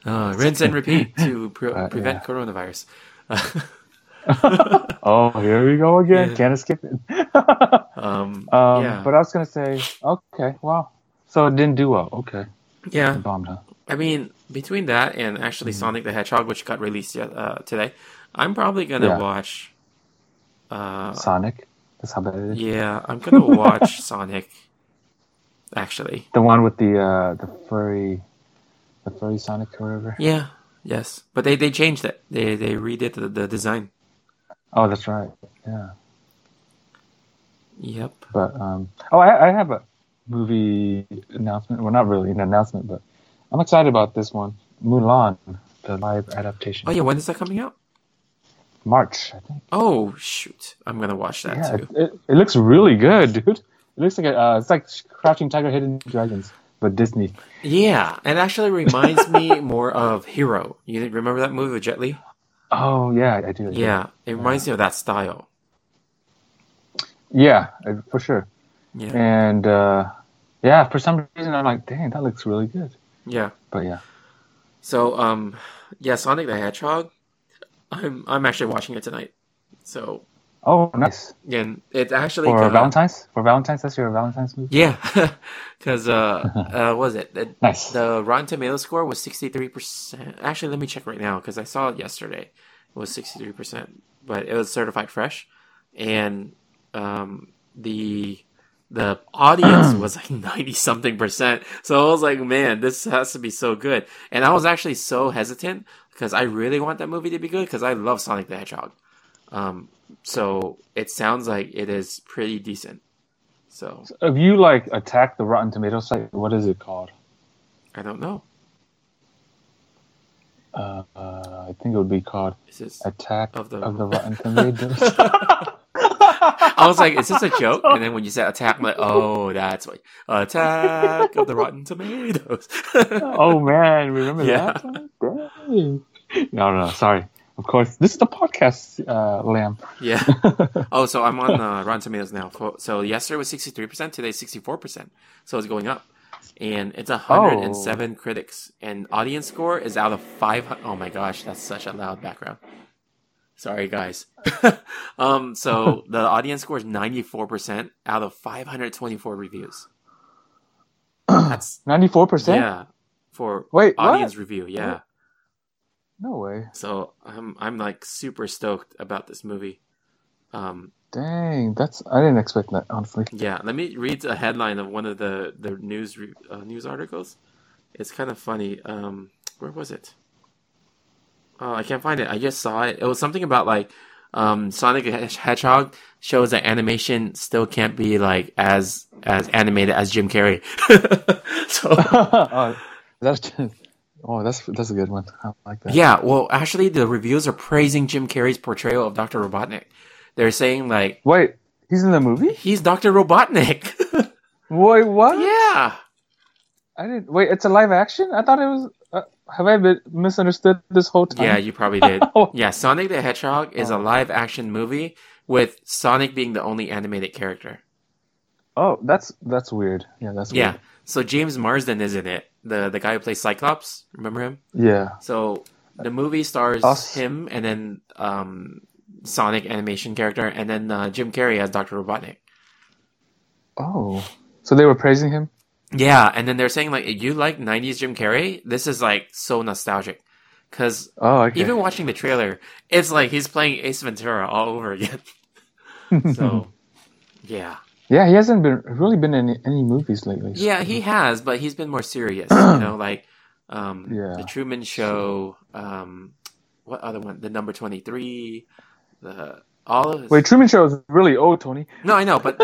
Speaker 4: uh, rinse and repeat to pre-
Speaker 5: Uh,
Speaker 4: prevent
Speaker 5: yeah.
Speaker 4: coronavirus.
Speaker 5: Oh, here we go again.
Speaker 4: Yeah.
Speaker 5: Can't skip it.
Speaker 4: Um,
Speaker 5: Um,
Speaker 4: yeah,
Speaker 5: But I was gonna say, okay, wow. So it didn't do well. Okay,
Speaker 4: yeah.
Speaker 5: it bombed, huh?
Speaker 4: I mean, between that and actually
Speaker 5: Mm-hmm.
Speaker 4: Sonic the Hedgehog, which got released yet, uh, today, I'm probably gonna
Speaker 5: Yeah.
Speaker 4: watch. Uh,
Speaker 5: Sonic. That's how bad it is.
Speaker 4: yeah, I'm gonna watch Sonic. Actually,
Speaker 5: The one with the uh, the furry, the furry Sonic or whatever.
Speaker 4: Yeah. Yes. But they, they changed it. They they redid the, the design.
Speaker 5: Oh, that's right. Yeah.
Speaker 4: Yep.
Speaker 5: But um, oh, I, I have a movie announcement. Well, not really an announcement, but I'm excited about this one, Mulan, the live adaptation.
Speaker 4: Oh yeah. When is that coming out?
Speaker 5: March, I think.
Speaker 4: Oh shoot! I'm gonna watch that
Speaker 5: Yeah,
Speaker 4: too.
Speaker 5: it, it, it looks really good, dude. It looks like a, uh, it's like Crouching Tiger, Hidden Dragons, but Disney.
Speaker 4: Yeah. It actually reminds me more of Hero. You remember that movie with Jet Li?
Speaker 5: Oh yeah, I do. I do.
Speaker 4: Yeah. It reminds me of that style.
Speaker 5: yeah, I- for sure.
Speaker 4: Yeah.
Speaker 5: And uh, yeah, for some reason I'm like, dang, that looks really good.
Speaker 4: Yeah.
Speaker 5: But yeah,
Speaker 4: So um, yeah, Sonic the Hedgehog. I'm I'm actually watching it tonight. So
Speaker 5: oh nice
Speaker 4: and it's actually
Speaker 5: for
Speaker 4: kinda-
Speaker 5: Valentine's. For Valentine's, that's your Valentine's movie.
Speaker 4: Yeah, because uh, uh, what was it the,
Speaker 5: Nice.
Speaker 4: the Rotten Tomato score was sixty three percent. Actually, let me check right now because I saw it yesterday. It was sixty three percent, but it was certified fresh, and um, the the audience was like ninety something percent. So I was like, man, this has to be so good. And I was actually so hesitant because I really want that movie to be good because I love Sonic the Hedgehog. Um, so it sounds like it is pretty decent. So
Speaker 5: If you like attack the Rotten Tomato site, what is it called?
Speaker 4: I don't know.
Speaker 5: Uh, uh, I think it would be called
Speaker 4: Is this
Speaker 5: Attack
Speaker 4: Of
Speaker 5: of
Speaker 4: the-
Speaker 5: the, Rotten Tomatoes.
Speaker 4: I was like, "Is this a joke?" And then when you said attack, I'm like, "Oh, that's what attack of the Rotten Tomatoes."
Speaker 5: oh man, remember
Speaker 4: Yeah.
Speaker 5: that? Dang. No, no, no, sorry. Of course, this is the podcast, uh, Lamb.
Speaker 4: yeah. Oh, so I'm on uh, Rotten Tomatoes now. Fo- So yesterday was 63%, today 64%. So it's going up. And it's 107 critics. And audience score is out of 500. Oh my gosh, that's such a loud background. Sorry, guys. um, so the audience score is 94% out of 524 reviews. That's,
Speaker 5: Ninety-four percent.
Speaker 4: yeah, for
Speaker 5: Wait, what?
Speaker 4: audience review. Yeah.
Speaker 5: No way.
Speaker 4: So I'm, I'm like super stoked about this movie. Um,
Speaker 5: Dang, that's I didn't expect that. Honestly,
Speaker 4: Yeah, let me read a headline of one of the the news re- uh, news articles. It's kind of funny. Um, where was it? Oh, I can't find it. I just saw it. It was something about like um, Sonic the Hedge- Hedgehog shows that animation still can't be like as as animated as Jim Carrey. so
Speaker 5: oh, that's oh, that's that's a good one. I like that.
Speaker 4: yeah, well, actually, the reviews are praising Jim Carrey's portrayal of Doctor Robotnik. They're saying like
Speaker 5: Wait, he's in the movie.
Speaker 4: he's Doctor Robotnik.
Speaker 5: Wait, what?
Speaker 4: yeah.
Speaker 5: I didn't. Wait, it's a live action. I thought it was. Uh, have I been misunderstood this whole time?
Speaker 4: Yeah, you probably did.
Speaker 5: Oh.
Speaker 4: yeah, Sonic the Hedgehog is a live action movie with Sonic being the only animated character.
Speaker 5: Oh, that's that's weird. Yeah, that's
Speaker 4: Yeah. So James Marsden is in it. The the guy who plays Cyclops, remember him?
Speaker 5: weird. Yeah.
Speaker 4: So the movie stars
Speaker 5: Us.
Speaker 4: him and then um Sonic animation character and then uh, Jim Carrey as Dr. Robotnik.
Speaker 5: Oh, so they were praising him.
Speaker 4: Yeah, and then they're saying like you like 90s Jim Carrey? This is like so nostalgic cuz
Speaker 5: Oh, okay.
Speaker 4: even watching the trailer, it's like he's playing Ace Ventura all over again. so, yeah,
Speaker 5: yeah, he hasn't been really been in any movies lately.
Speaker 4: yeah, he has, but he's been more serious. you know, like um,
Speaker 5: Yeah.
Speaker 4: the Truman Show. Um, what other one? The Number Twenty Three. The all of his,
Speaker 5: Wait, Truman Show is really old, Tony.
Speaker 4: no, I know, but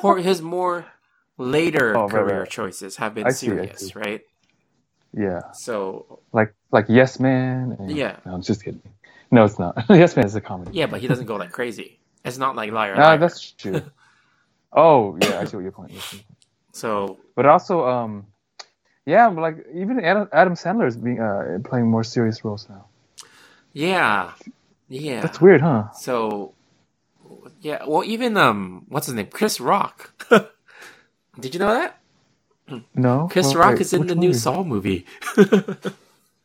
Speaker 4: for his more later
Speaker 5: Oh, right,
Speaker 4: career
Speaker 5: right.
Speaker 4: choices have been
Speaker 5: I see, I
Speaker 4: serious,
Speaker 5: see.
Speaker 4: right?
Speaker 5: Yeah,
Speaker 4: So
Speaker 5: like like Yes Man. and-
Speaker 4: Yeah.
Speaker 5: No, I'm just kidding. No, it's not. yes Man is a comedy.
Speaker 4: yeah, but he doesn't go like crazy. It's not like liar.
Speaker 5: No,
Speaker 4: liar.
Speaker 5: that's true. oh, yeah, I see what your point is.
Speaker 4: so
Speaker 5: But also, um, yeah, but like even Adam, Adam Sandler is being uh, playing more serious roles now.
Speaker 4: yeah, yeah.
Speaker 5: That's weird, huh?
Speaker 4: So, yeah. Well, even um, what's his name? Chris Rock. Did you know that
Speaker 5: No,
Speaker 4: Chris
Speaker 5: Well,
Speaker 4: Rock
Speaker 5: wait,
Speaker 4: is in
Speaker 5: which
Speaker 4: the
Speaker 5: one
Speaker 4: new
Speaker 5: is-
Speaker 4: Saw movie?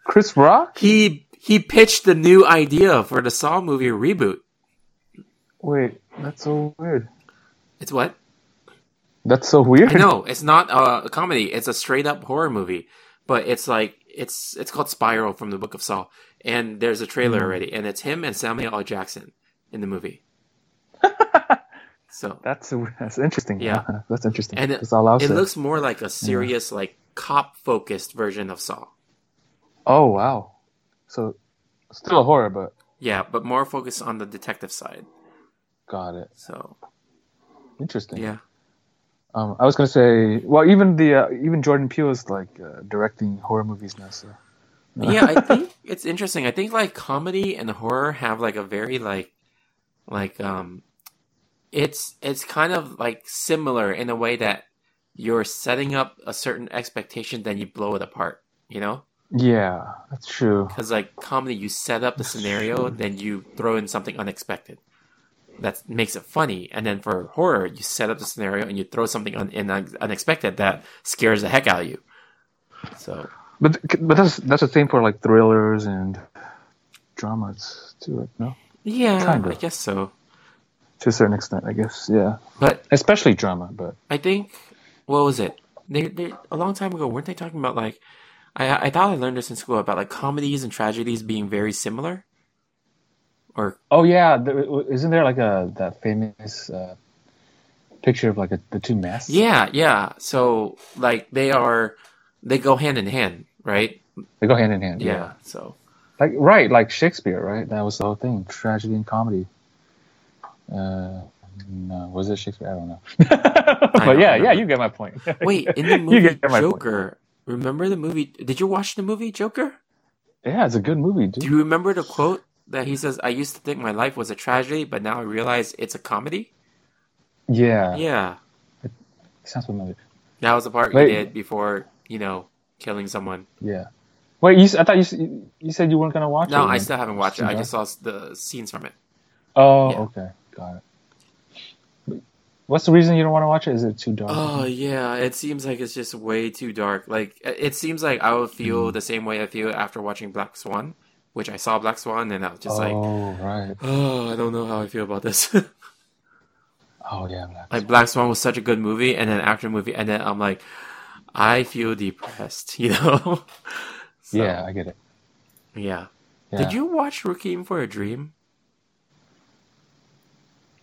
Speaker 5: Chris Rock?
Speaker 4: He he pitched the new idea for the Saw movie reboot.
Speaker 5: Wait, that's so weird.
Speaker 4: It's what?
Speaker 5: That's so weird.
Speaker 4: I know it's not uh, a comedy. It's a straight up horror movie, but it's like it's it's called Spiral from the Book of Saw, and there's a trailer already, and it's him and Samuel L. Jackson in the movie. so
Speaker 5: That's that's interesting.
Speaker 4: Yeah.
Speaker 5: that's interesting.
Speaker 4: and it,
Speaker 5: That's all I'll
Speaker 4: it
Speaker 5: say.
Speaker 4: looks more like a serious like cop focused version of saw
Speaker 5: Oh wow, so still a horror, but
Speaker 4: yeah but more focused on the detective side
Speaker 5: got it.
Speaker 4: so
Speaker 5: Interesting.
Speaker 4: yeah
Speaker 5: Um, I was gonna say, well, even the uh, even Jordan Peele is like uh, directing horror movies now. So
Speaker 4: yeah i think it's interesting i think like comedy and horror have like a very like like um it's it's kind of like similar in a way that you're setting up a certain expectation then you blow it apart you know
Speaker 5: yeah, that's true.
Speaker 4: because like comedy you set up the scenario then you throw in something unexpected that makes it funny and then for horror you set up the scenario and you throw something un- in unexpected that scares the heck out of you so
Speaker 5: But but that's that's the same for like thrillers and dramas too. No,
Speaker 4: yeah
Speaker 5: Kind
Speaker 4: i
Speaker 5: of.
Speaker 4: guess so
Speaker 5: to a certain extent, I guess. Yeah,
Speaker 4: but
Speaker 5: especially drama. But
Speaker 4: i think what was it they, they a long time ago weren't they talking about like i i thought i learned this in school about like comedies and tragedies being very similar or
Speaker 5: oh yeah, there, isn't there like a that famous uh, picture of like a, the two masks?
Speaker 4: yeah yeah so like they are they go hand in hand right
Speaker 5: they go hand in hand.
Speaker 4: yeah. so
Speaker 5: like right, like Shakespeare, right? That was the whole thing: tragedy and comedy. Uh, no, was it Shakespeare? I don't know. but
Speaker 4: don't
Speaker 5: yeah,
Speaker 4: remember.
Speaker 5: yeah, you get my point.
Speaker 4: Wait, in the
Speaker 5: You
Speaker 4: movie
Speaker 5: get my point.
Speaker 4: Joker, remember the movie? Did you watch the movie Joker?
Speaker 5: Yeah, it's a good movie, dude.
Speaker 4: Do you remember the quote that he says, I used to think my life was a tragedy, but now I realize it's a comedy?
Speaker 5: Yeah,
Speaker 4: Yeah.
Speaker 5: sounds familiar.
Speaker 4: That was the part
Speaker 5: Wait.
Speaker 4: you did before, you know, killing someone.
Speaker 5: Yeah. Wait, you, s- I thought you s- you you said you weren't gonna watch it.
Speaker 4: No, I
Speaker 5: then.
Speaker 4: still haven't watched it. I
Speaker 5: Yeah.
Speaker 4: just saw s- the scenes from it.
Speaker 5: Oh,
Speaker 4: Yeah.
Speaker 5: okay, got it. What's the reason you don't want to watch it? Is it too dark?
Speaker 4: Oh yeah, it seems like it's just way too dark. Like it it seems like I would feel
Speaker 5: Mm-hmm.
Speaker 4: the same way I feel after watching Black Swan, which I saw Black Swan and I was just like,
Speaker 5: oh right.
Speaker 4: oh, I don't know how I feel about this.
Speaker 5: Oh yeah. Black
Speaker 4: like Black Swan was such a good movie and an action movie, and then I'm like, I feel depressed, you know? So,
Speaker 5: yeah, I get it.
Speaker 4: yeah.
Speaker 5: Yeah.
Speaker 4: Did you watch Requiem for a Dream?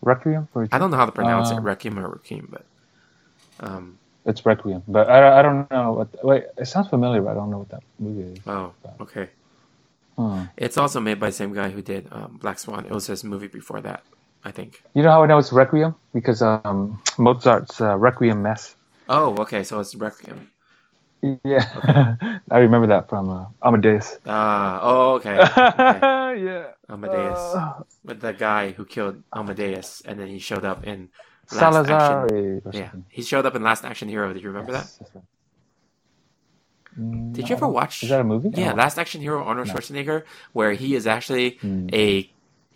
Speaker 5: Requiem for a
Speaker 4: I don't know how to pronounce it,
Speaker 5: Um,
Speaker 4: Requiem or Requiem, but um,
Speaker 5: It's Requiem, but I, I don't know what. Wait, it sounds familiar, but I don't know what that movie is.
Speaker 4: oh, okay.
Speaker 5: Hmm.
Speaker 4: It's also made by the same guy who did um, Black Swan. It was his movie before that, I think.
Speaker 5: You know how I know it's Requiem because um, Mozart's uh, Requiem Mass.
Speaker 4: Oh, okay. So it's Requiem.
Speaker 5: Yeah, I remember that from uh, Amadeus.
Speaker 4: Ah, oh, okay. okay.
Speaker 5: yeah.
Speaker 4: Amadeus.
Speaker 5: Uh,
Speaker 4: With the guy who killed Amadeus, and then he showed up in Last
Speaker 5: Salazar.
Speaker 4: Action.
Speaker 5: or
Speaker 4: Yeah,
Speaker 5: something.
Speaker 4: he showed up in Last Action Hero. Did you remember
Speaker 5: Yes, that's right.
Speaker 4: that?
Speaker 5: Mm,
Speaker 4: Did
Speaker 5: no,
Speaker 4: you
Speaker 5: I
Speaker 4: ever
Speaker 5: don't-
Speaker 4: watch?
Speaker 5: Is that a movie?
Speaker 4: yeah,
Speaker 5: No.
Speaker 4: Last Action Hero, Arnold
Speaker 5: No.
Speaker 4: Schwarzenegger, where he is actually
Speaker 5: Hmm.
Speaker 4: a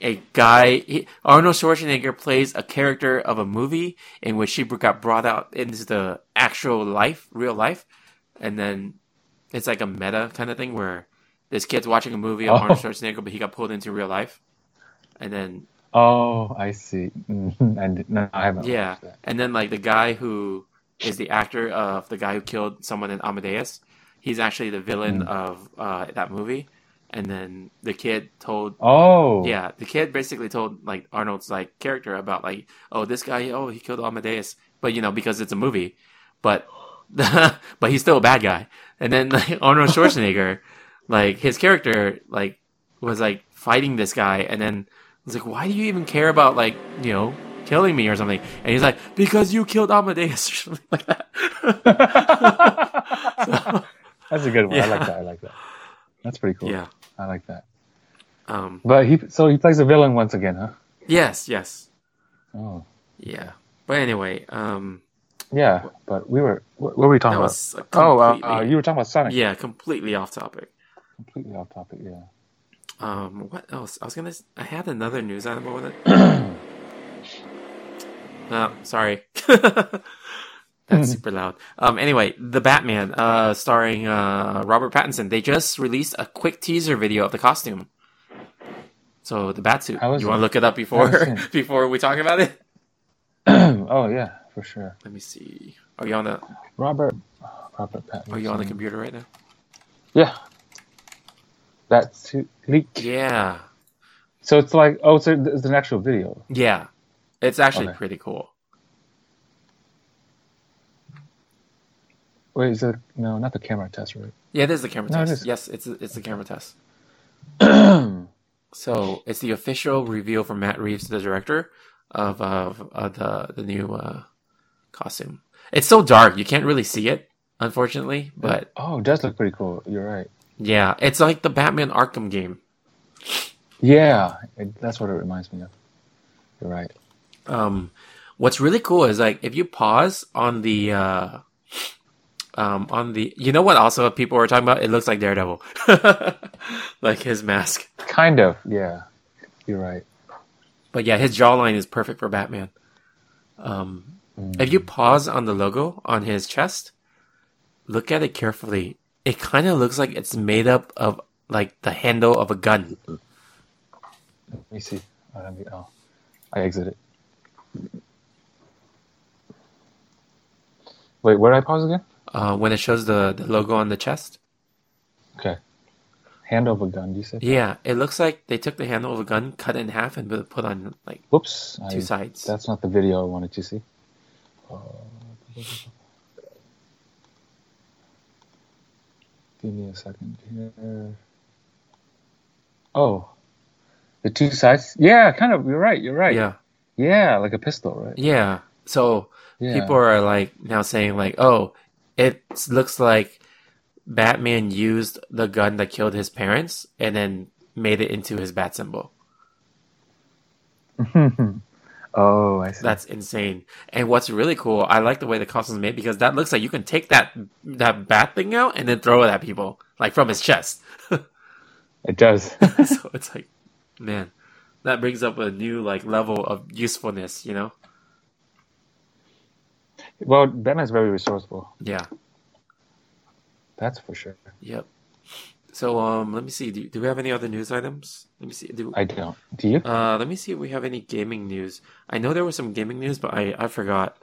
Speaker 4: a guy. He, Arnold Schwarzenegger plays a character of a movie in which she got brought out into the actual life, real life, and then it's like a meta kind of thing where this kid's watching a movie of
Speaker 5: Oh.
Speaker 4: Arnold Schwarzenegger, but he got pulled into real life, and then
Speaker 5: Oh, I see. Mm, I did, no, I haven't.
Speaker 4: Yeah,
Speaker 5: watched that.
Speaker 4: and then like the guy who is the actor of the guy who killed someone in Amadeus, he's actually the villain
Speaker 5: Mm.
Speaker 4: of uh, that movie. And then the kid told,
Speaker 5: Oh.
Speaker 4: yeah, the kid basically told like Arnold's like character about like, oh, this guy, oh, he killed Amadeus, but you know because it's a movie, but but he's still a bad guy. And then like Arnold Schwarzenegger, like his character, like was like fighting this guy, and then was like, why do you even care about like you know killing me or something? And he's like, because you killed Amadeus or something like that. So,
Speaker 5: That's a good one. I
Speaker 4: Yeah.
Speaker 5: like that. I like that. That's pretty cool.
Speaker 4: yeah.
Speaker 5: I like that.
Speaker 4: Um.
Speaker 5: But he so he plays a villain once again, huh?
Speaker 4: Yes. Yes.
Speaker 5: Oh.
Speaker 4: Yeah. But anyway, um,
Speaker 5: Yeah, but we were what, what were we
Speaker 4: that
Speaker 5: talking about?
Speaker 4: was a
Speaker 5: Oh, uh,
Speaker 4: completely,
Speaker 5: uh, you were talking about Sonic.
Speaker 4: yeah, completely off topic.
Speaker 5: Completely off topic. Yeah.
Speaker 4: Um, what else? I was gonna. I had another news item. What was it? uh, sorry. That's super loud. Um, anyway, the Batman, uh, starring uh Robert Pattinson. They just released a quick teaser video of the costume. So the Batsuit.
Speaker 5: How is
Speaker 4: You
Speaker 5: it?
Speaker 4: want to look it up before
Speaker 5: it?
Speaker 4: before we talk about it?
Speaker 5: oh yeah, for sure.
Speaker 4: Let me see. Are you on the
Speaker 5: Robert Robert Pattinson.
Speaker 4: Are Oh, you on the computer right now?
Speaker 5: Yeah. That suit leak.
Speaker 4: Yeah,
Speaker 5: So it's like oh, so it's an actual video.
Speaker 4: yeah. It's actually
Speaker 5: Okay.
Speaker 4: pretty cool.
Speaker 5: Wait, is it no, not the camera test, right?
Speaker 4: Yeah, it is the camera
Speaker 5: No, it
Speaker 4: test.
Speaker 5: is.
Speaker 4: yes, it's it's the camera test. so it's the official reveal from Matt Reeves, the director of of, of the the new uh, costume. It's so dark you can't really see it, unfortunately. But
Speaker 5: oh, it does look pretty cool. You're right.
Speaker 4: yeah, it's like the Batman Arkham game.
Speaker 5: Yeah, it, that's what it reminds me of. You're right.
Speaker 4: Um, what's really cool is like if you pause on the uh, um, on the you know what also people were talking about it looks like Daredevil, like his mask.
Speaker 5: Kind of. Yeah, you're right.
Speaker 4: But yeah, his jawline is perfect for Batman. Um, If you pause on the logo on his chest, look at it carefully. It kind of looks like it's made up of like the handle of a gun.
Speaker 5: Let me see. Oh, let me- oh. I exit it. Wait, where did I pause again?
Speaker 4: Uh, when it shows the, the logo on the chest,
Speaker 5: Okay. Hand over gun, you said?
Speaker 4: yeah, it looks like they took the handle of a gun, cut it in half, and put- put on like
Speaker 5: Whoops. I-
Speaker 4: two sides.
Speaker 5: That's not the video I wanted to see. Uh, Give me a second here. Oh, the two sides. Yeah, kind of. You're right. You're right.
Speaker 4: Yeah,
Speaker 5: Yeah, like a pistol, right?
Speaker 4: yeah. So
Speaker 5: Yeah.
Speaker 4: people are like now saying like, oh, it looks like Batman used the gun that killed his parents and then made it into his bat symbol.
Speaker 5: Oh, I see.
Speaker 4: That's insane. And what's really cool, I like the way the costume's made because that looks like you can take that that bat thing out and then throw it at people, like from his chest.
Speaker 5: it does.
Speaker 4: so it's like, man, that brings up a new like level of usefulness, you know?
Speaker 5: well, Batman's very resourceful.
Speaker 4: Yeah.
Speaker 5: That's for sure.
Speaker 4: Yep. So um, let me see. Do, do we have any other news items? Let me see. Do,
Speaker 5: I don't. Do you?
Speaker 4: Uh, let me see if we have any gaming news. I know there was some gaming news, but I, I forgot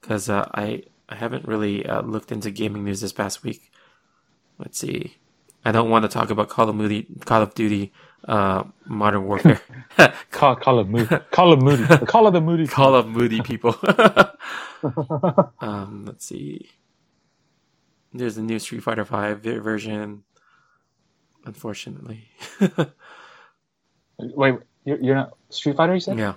Speaker 4: because uh, I I haven't really uh, looked into gaming news this past week. Let's see. I don't want to talk about Call of Duty, Call of Duty, uh, Modern Warfare,
Speaker 5: Call call of Moody. Call of Moody. Call of the Moody.
Speaker 4: Call of Moody people. um, let's see. There's a new Street Fighter Five version. Unfortunately,
Speaker 5: Wait, you're, you're not Street Fighter. You said.
Speaker 4: yeah.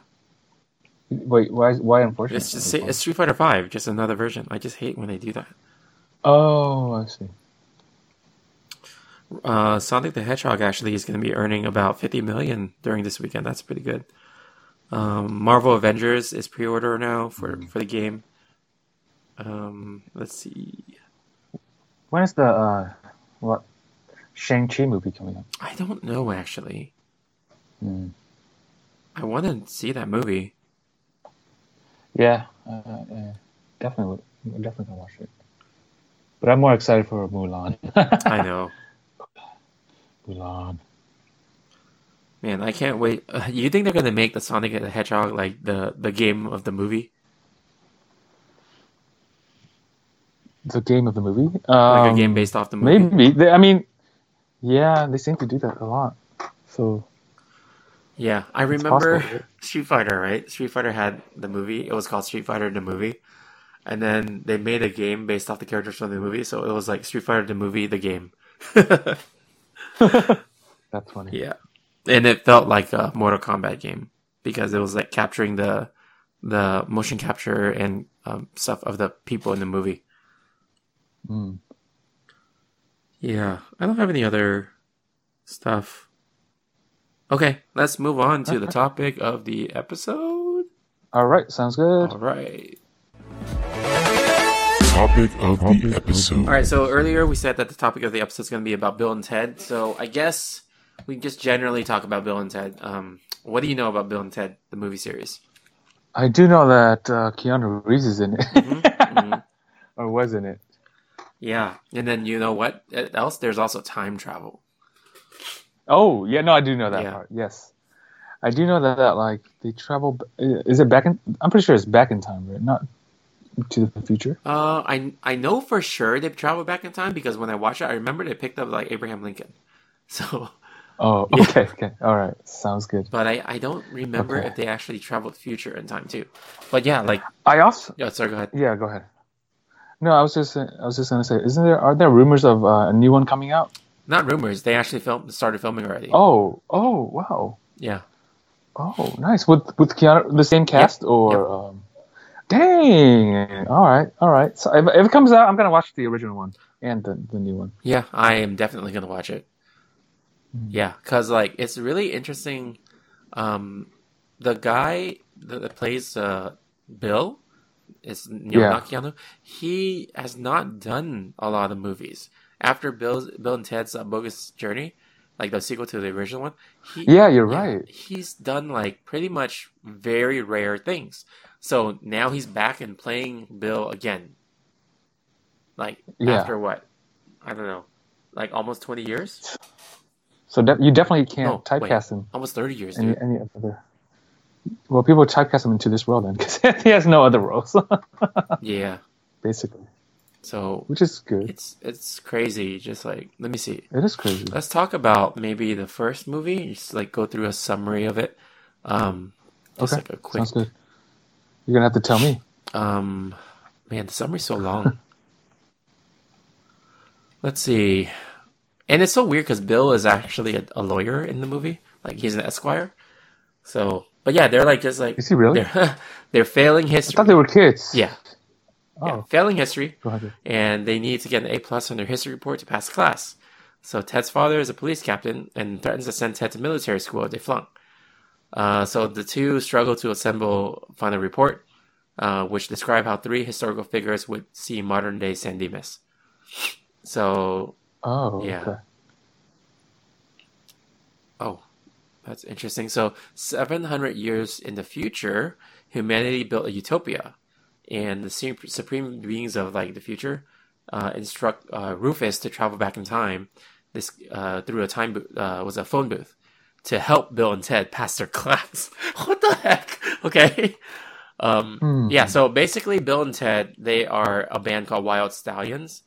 Speaker 5: Wait, why? Why? Unfortunately.
Speaker 4: It's just it's Street Fighter Five, just another version. I just hate when they do that.
Speaker 5: Oh, I see.
Speaker 4: Uh, Sonic the Hedgehog actually is going to be earning about fifty million during this weekend. That's pretty good. Um, Marvel Avengers is pre-order now for
Speaker 5: Mm-hmm.
Speaker 4: for the game. Um, let's see.
Speaker 5: When is the uh, what Shang Chi movie coming up?
Speaker 4: I don't know actually.
Speaker 5: Hmm.
Speaker 4: I want to see that movie.
Speaker 5: Yeah, uh, yeah, definitely, would, definitely gonna watch it. But I'm more excited for Mulan.
Speaker 4: I know,
Speaker 5: Mulan.
Speaker 4: man. I can't wait. Uh, you think they're going to make the Sonic the Hedgehog like the the game of the movie,
Speaker 5: The game of the movie.
Speaker 4: like
Speaker 5: Um,
Speaker 4: a game based off the movie?
Speaker 5: Maybe. They, I mean, yeah, they seem to do that a lot. So
Speaker 4: Yeah, I remember
Speaker 5: possible, right?
Speaker 4: Street Fighter, right? Street Fighter had the movie. It was called Street Fighter the movie. And then they made a game based off the characters from the movie, so it was like Street Fighter the movie, the game.
Speaker 5: that's funny.
Speaker 4: yeah. And it felt like a Mortal Kombat game because it was like capturing the the motion capture and um, stuff of the people in the movie.
Speaker 5: Mm.
Speaker 4: Yeah, I don't have any other stuff. Okay, let's move on to the topic of the episode.
Speaker 5: All right, sounds good.
Speaker 4: All right.
Speaker 6: Topic of the episode.
Speaker 4: All right, so earlier we said that the topic of the episode is going to be about Bill and Ted. So I guess we just generally talk about Bill and Ted. Um, what do you know about Bill and Ted, the movie series?
Speaker 5: I do know that uh, Keanu Reeves is in it, Mm-hmm.
Speaker 4: Mhm.
Speaker 5: or was in it.
Speaker 4: Yeah, and then you know what else? There's also time travel.
Speaker 5: Oh yeah, no, I do know that
Speaker 4: Yeah.
Speaker 5: part. Yes, I do know that, that like they travel. b- uh, Is it back in? I'm pretty sure it's back in time, right? Not to the future.
Speaker 4: Uh, I I know for sure they travel back in time because when I watched it, I remember they picked up like Abraham Lincoln. So,
Speaker 5: Oh,
Speaker 4: Yeah.
Speaker 5: okay, okay, all right, sounds good.
Speaker 4: but I I don't remember
Speaker 5: Okay.
Speaker 4: if they actually traveled future in time too. But yeah, like
Speaker 5: I also
Speaker 4: yeah, sorry, go ahead.
Speaker 5: yeah, go ahead. No, I was just uh, I was just gonna say, isn't there are there rumors of uh, a new one coming out?
Speaker 4: Not rumors. They actually filmed started filming already.
Speaker 5: Oh, oh, wow.
Speaker 4: Yeah.
Speaker 5: Oh, nice. With with Keanu, the same cast or um, dang. All right, all right. So if, if it comes out, I'm gonna watch the original one and the, the new one.
Speaker 4: Yeah, I am definitely gonna watch it.
Speaker 5: Hmm.
Speaker 4: Yeah, cause like it's really interesting. Um, the guy that, that plays uh Bill is Neil
Speaker 5: Yeah.
Speaker 4: Nakiano. He has not done a lot of movies after Bill's Bill and Ted's uh, Bogus Journey, like the sequel to the original one. He,
Speaker 5: Yeah, you're right.
Speaker 4: He's done like pretty much very rare things. So now he's back and playing Bill again. Like
Speaker 5: Yeah.
Speaker 4: after what? I don't know. Like almost twenty years?
Speaker 5: So de- you definitely can't
Speaker 4: No, Oh, wait.
Speaker 5: typecast him
Speaker 4: Almost thirty years,
Speaker 5: any
Speaker 4: dude.
Speaker 5: any other. Well, people typecast him into this role then, because he has no other roles,
Speaker 4: Yeah.
Speaker 5: basically,
Speaker 4: So
Speaker 5: which is good.
Speaker 4: it's it's crazy. Just like let me see.
Speaker 5: It is crazy.
Speaker 4: Let's talk about maybe the first movie. Just like go through a summary of it. Um just
Speaker 5: Okay,
Speaker 4: like a quick
Speaker 5: sounds good. You're gonna have to tell me.
Speaker 4: Um, man, the summary's so long. Let's see. And it's so weird because Bill is actually a, a lawyer in the movie. Like he's an esquire. So, but yeah, they're like just like
Speaker 5: Is he really?
Speaker 4: they're, they're failing
Speaker 5: I
Speaker 4: history.
Speaker 5: thought they were kids.
Speaker 4: yeah,
Speaker 5: Oh,
Speaker 4: yeah, failing history,
Speaker 5: go ahead.
Speaker 4: and they need to get an A plus on their history report to pass class. So Ted's father is a police captain and threatens to send Ted to military school if they flunk. Uh, so the two struggle to assemble final report, uh, which describe how three historical figures would see modern day San Dimas. So,
Speaker 5: Oh,
Speaker 4: Yeah.
Speaker 5: okay.
Speaker 4: oh, that's interesting. So, 700 years in the future, humanity built a utopia, and the su- supreme beings of like the future uh, instruct uh, Rufus to travel back in time. This uh, through a time booth uh, was a phone booth to help Bill and Ted pass their class. what the heck? Okay. Um,
Speaker 5: Hmm.
Speaker 4: Yeah, so basically, Bill and Ted they are a band called Wild Stallions,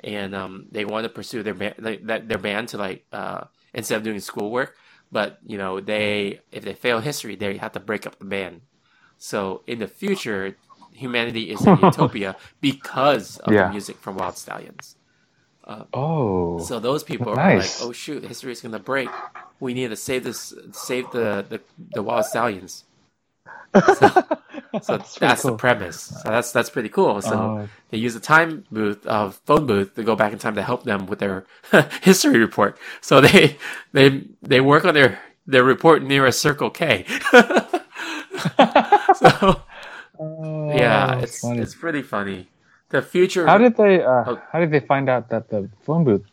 Speaker 4: and um, they want to pursue their band like, that their band to like uh, instead of doing schoolwork, but you know they if they fail history, they have to break up the band. So in the future, humanity is in utopia because of
Speaker 5: Yeah.
Speaker 4: the music from Wild Stallions.
Speaker 5: Oh,
Speaker 4: So those people
Speaker 5: Nice.
Speaker 4: are like, "Oh shoot, history is gonna break. We need to save this, save the the, the Wild Stallions." So that's,
Speaker 5: Oh, pretty
Speaker 4: the
Speaker 5: cool.
Speaker 4: premise. So that's that's pretty cool. So
Speaker 5: Oh.
Speaker 4: they use a time booth, uh, phone booth, to go back in time to help them with their history report. So they they they work on their their report near a Circle K. so
Speaker 5: Oh,
Speaker 4: yeah,
Speaker 5: that's
Speaker 4: it's
Speaker 5: funny.
Speaker 4: it's pretty funny. The future.
Speaker 5: How did they? Uh,
Speaker 4: Oh.
Speaker 5: How did they find out that the phone booth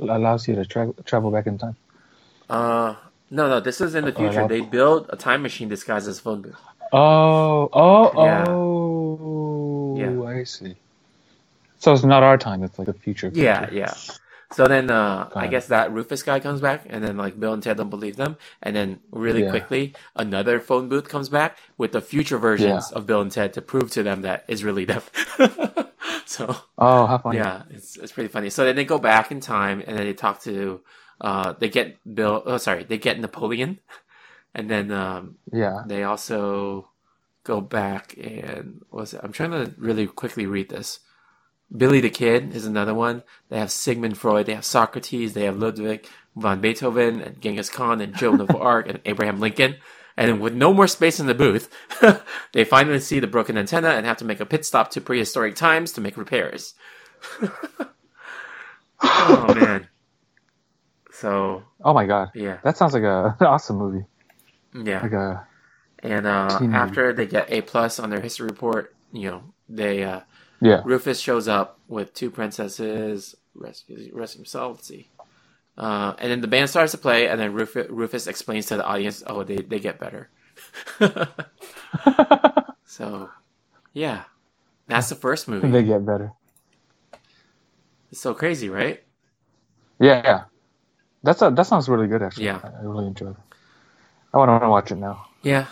Speaker 5: allows you to tra- travel back in time?
Speaker 4: Uh, no, no. This is in the
Speaker 5: Oh,
Speaker 4: future.
Speaker 5: that-
Speaker 4: They build a time machine disguised as a phone booth.
Speaker 5: Oh, oh,
Speaker 4: Yeah.
Speaker 5: oh!
Speaker 4: Yeah.
Speaker 5: I see. So it's not our time; it's like the future.
Speaker 4: Yeah,
Speaker 5: future.
Speaker 4: yeah. So then, uh,
Speaker 5: Got
Speaker 4: I
Speaker 5: it.
Speaker 4: guess that Rufus guy comes back, and then like Bill and Ted don't believe them, and then really
Speaker 5: Yeah.
Speaker 4: quickly another phone booth comes back with the future versions of Bill and Ted to prove to them that is really them. so
Speaker 5: Oh, how funny!
Speaker 4: yeah, it's it's pretty funny. So then they go back in time, and then they talk to, uh, they get Bill. Oh, sorry, they get Napoleon, and then um,
Speaker 5: Yeah.
Speaker 4: they also go back and what was it? I'm trying to really quickly read this. Billy the Kid is another one. They have Sigmund Freud, they have Socrates, they have Ludwig von Beethoven, and Genghis Khan, and Joan of Arc, and Abraham Lincoln. And with no more space in the booth, they finally see the broken antenna and have to make a pit stop to prehistoric times to make repairs. oh man! So
Speaker 5: Oh my god,
Speaker 4: yeah,
Speaker 5: that sounds like a an awesome movie.
Speaker 4: yeah.
Speaker 5: Like a
Speaker 4: And uh,
Speaker 5: Teen movie.
Speaker 4: after they get A plus on their history report, you know, they uh,
Speaker 5: yeah.
Speaker 4: Rufus shows up with two princesses, rescues, rescues himself. Let's see. Uh, and then the band starts to play, and then Rufus, Rufus explains to the audience, "Oh, they they get better." so, yeah, that's the first movie.
Speaker 5: They get better.
Speaker 4: It's so crazy, right?
Speaker 5: Yeah, yeah. That's a that sounds really good actually.
Speaker 4: Yeah.
Speaker 5: I really enjoyed it. I want to watch it now.
Speaker 4: Yeah.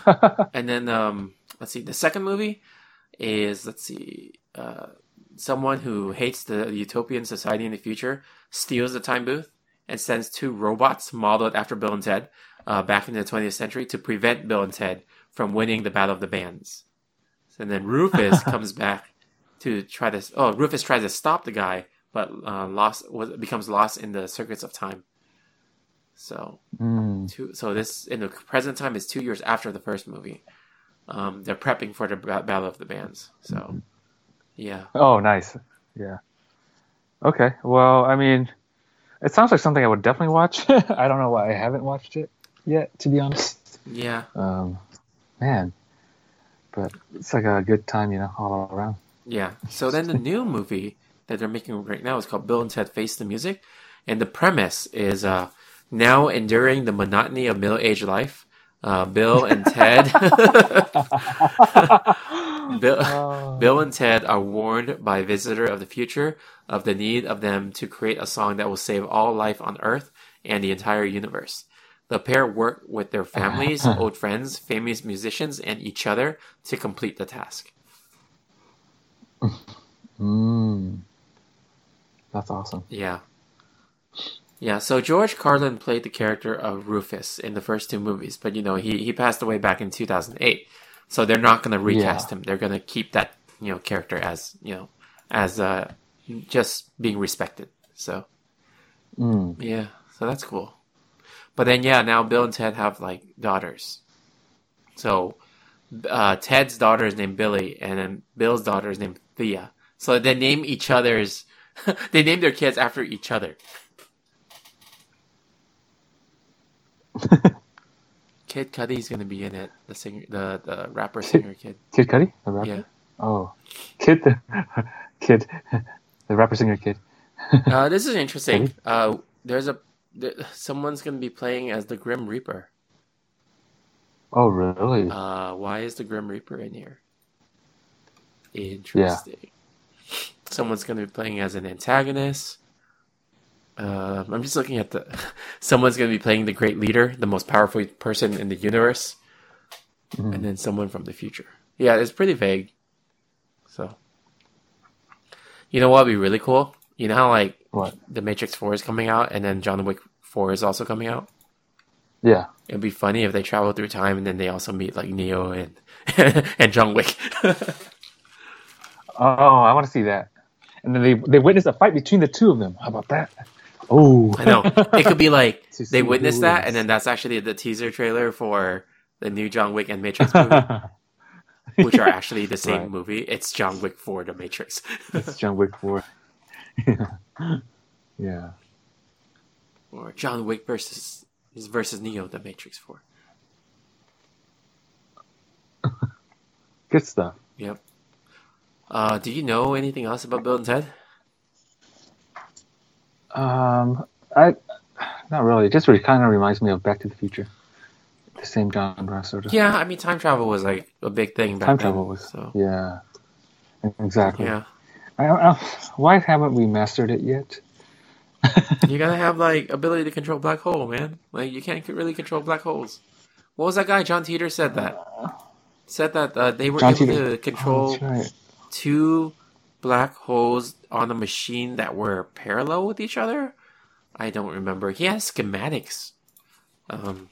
Speaker 4: and then um, let's see. The second movie is let's see. Uh, someone who hates the utopian society in the future steals the time booth and sends two robots modeled after Bill and Ted uh, back into the 20th century to prevent Bill and Ted from winning the battle of the bands. And then Rufus comes back to try this. Oh, Rufus tries to stop the guy, but uh, lost was, becomes lost in the circuits of time. So
Speaker 5: Mm.
Speaker 4: two so this in the present time is two years after the first movie um they're prepping for the ba- battle of the bands so yeah
Speaker 5: Oh, nice. Yeah. Okay. Well, I mean, it sounds like something I would definitely watch. I don't know why I haven't watched it yet, to be honest.
Speaker 4: yeah
Speaker 5: Um, man, but it's like a good time, you know, all around.
Speaker 4: yeah so then the new movie that they're making right now is called bill and ted face the music and the premise is uh now enduring the monotony of middle-aged life uh bill and ted bill
Speaker 5: Oh.
Speaker 4: Bill and Ted are warned by Visitor of the Future of the need of them to create a song that will save all life on Earth and the entire universe. The pair work with their families, old friends, famous musicians, and each other to complete the task.
Speaker 5: Mm. That's awesome.
Speaker 4: Yeah. Yeah, so George Carlin played the character of Rufus in the first two movies, but you know, he, he passed away back in 2008. So they're not going to recast him. They're going to keep that, you know, character as, you know, as uh just being respected. So
Speaker 5: Mm.
Speaker 4: Yeah, so that's cool. But then, yeah, now Bill and Ted have like daughters. So uh, Ted's daughter is named Billy, and then Bill's daughter is named Thea. So they name each other's, they name their kids after each other. Kid Cudi's gonna be in it. The singer, the the rapper singer kid.
Speaker 5: Kid Cudi, the rapper.
Speaker 4: Yeah.
Speaker 5: Oh, kid, the kid, the rapper singer kid.
Speaker 4: Uh, this is interesting. Uh, there's a there, someone's gonna be playing as the Grim Reaper.
Speaker 5: Oh, really?
Speaker 4: Uh, why is the Grim Reaper in here? Interesting. Someone's going to be playing as an antagonist. Uh, I'm just looking at the. Someone's going to be playing the great leader, the most powerful person in the universe,
Speaker 5: Mm.
Speaker 4: and then someone from the future. Yeah, it's pretty vague. So, you know what would be really cool? You know how like
Speaker 5: What?
Speaker 4: the Matrix Four is coming out, and then John Wick Four is also coming out.
Speaker 5: Yeah.
Speaker 4: It'd be funny if they travel through time and then they also meet like Neo and and John Wick.
Speaker 5: Oh, I want to see that. And then they they witness a fight between the two of them. How about that? Oh,
Speaker 4: I know it could be like
Speaker 5: To see
Speaker 4: they
Speaker 5: who
Speaker 4: witness that,
Speaker 5: wins.
Speaker 4: and then that's actually the teaser trailer for the new John Wick and Matrix movie, which are actually the same
Speaker 5: Right.
Speaker 4: movie. It's John Wick for the Matrix.
Speaker 5: It's John Wick four. yeah.
Speaker 4: or John Wick versus is versus Neo, the Matrix Four.
Speaker 5: Good stuff.
Speaker 4: Yep. Uh, do you know anything else about Bill and Ted?
Speaker 5: Um, I not really. It just really kind of reminds me of Back to the Future. The same genre, sort of.
Speaker 4: Yeah, I mean time travel was like a big thing back
Speaker 5: Time
Speaker 4: then.
Speaker 5: travel was.
Speaker 4: so
Speaker 5: Yeah. Exactly.
Speaker 4: yeah.
Speaker 5: I, I, why haven't we mastered it yet?
Speaker 4: You gotta have like ability to control black hole, man. Like you can't c- really control black holes. What was that guy? John Teeter said that. Said that uh, they were
Speaker 5: John
Speaker 4: able to
Speaker 5: Teeter. Oh,
Speaker 4: control
Speaker 5: that's right.
Speaker 4: two black holes on a machine that were parallel with each other. I don't remember. He has schematics. Um,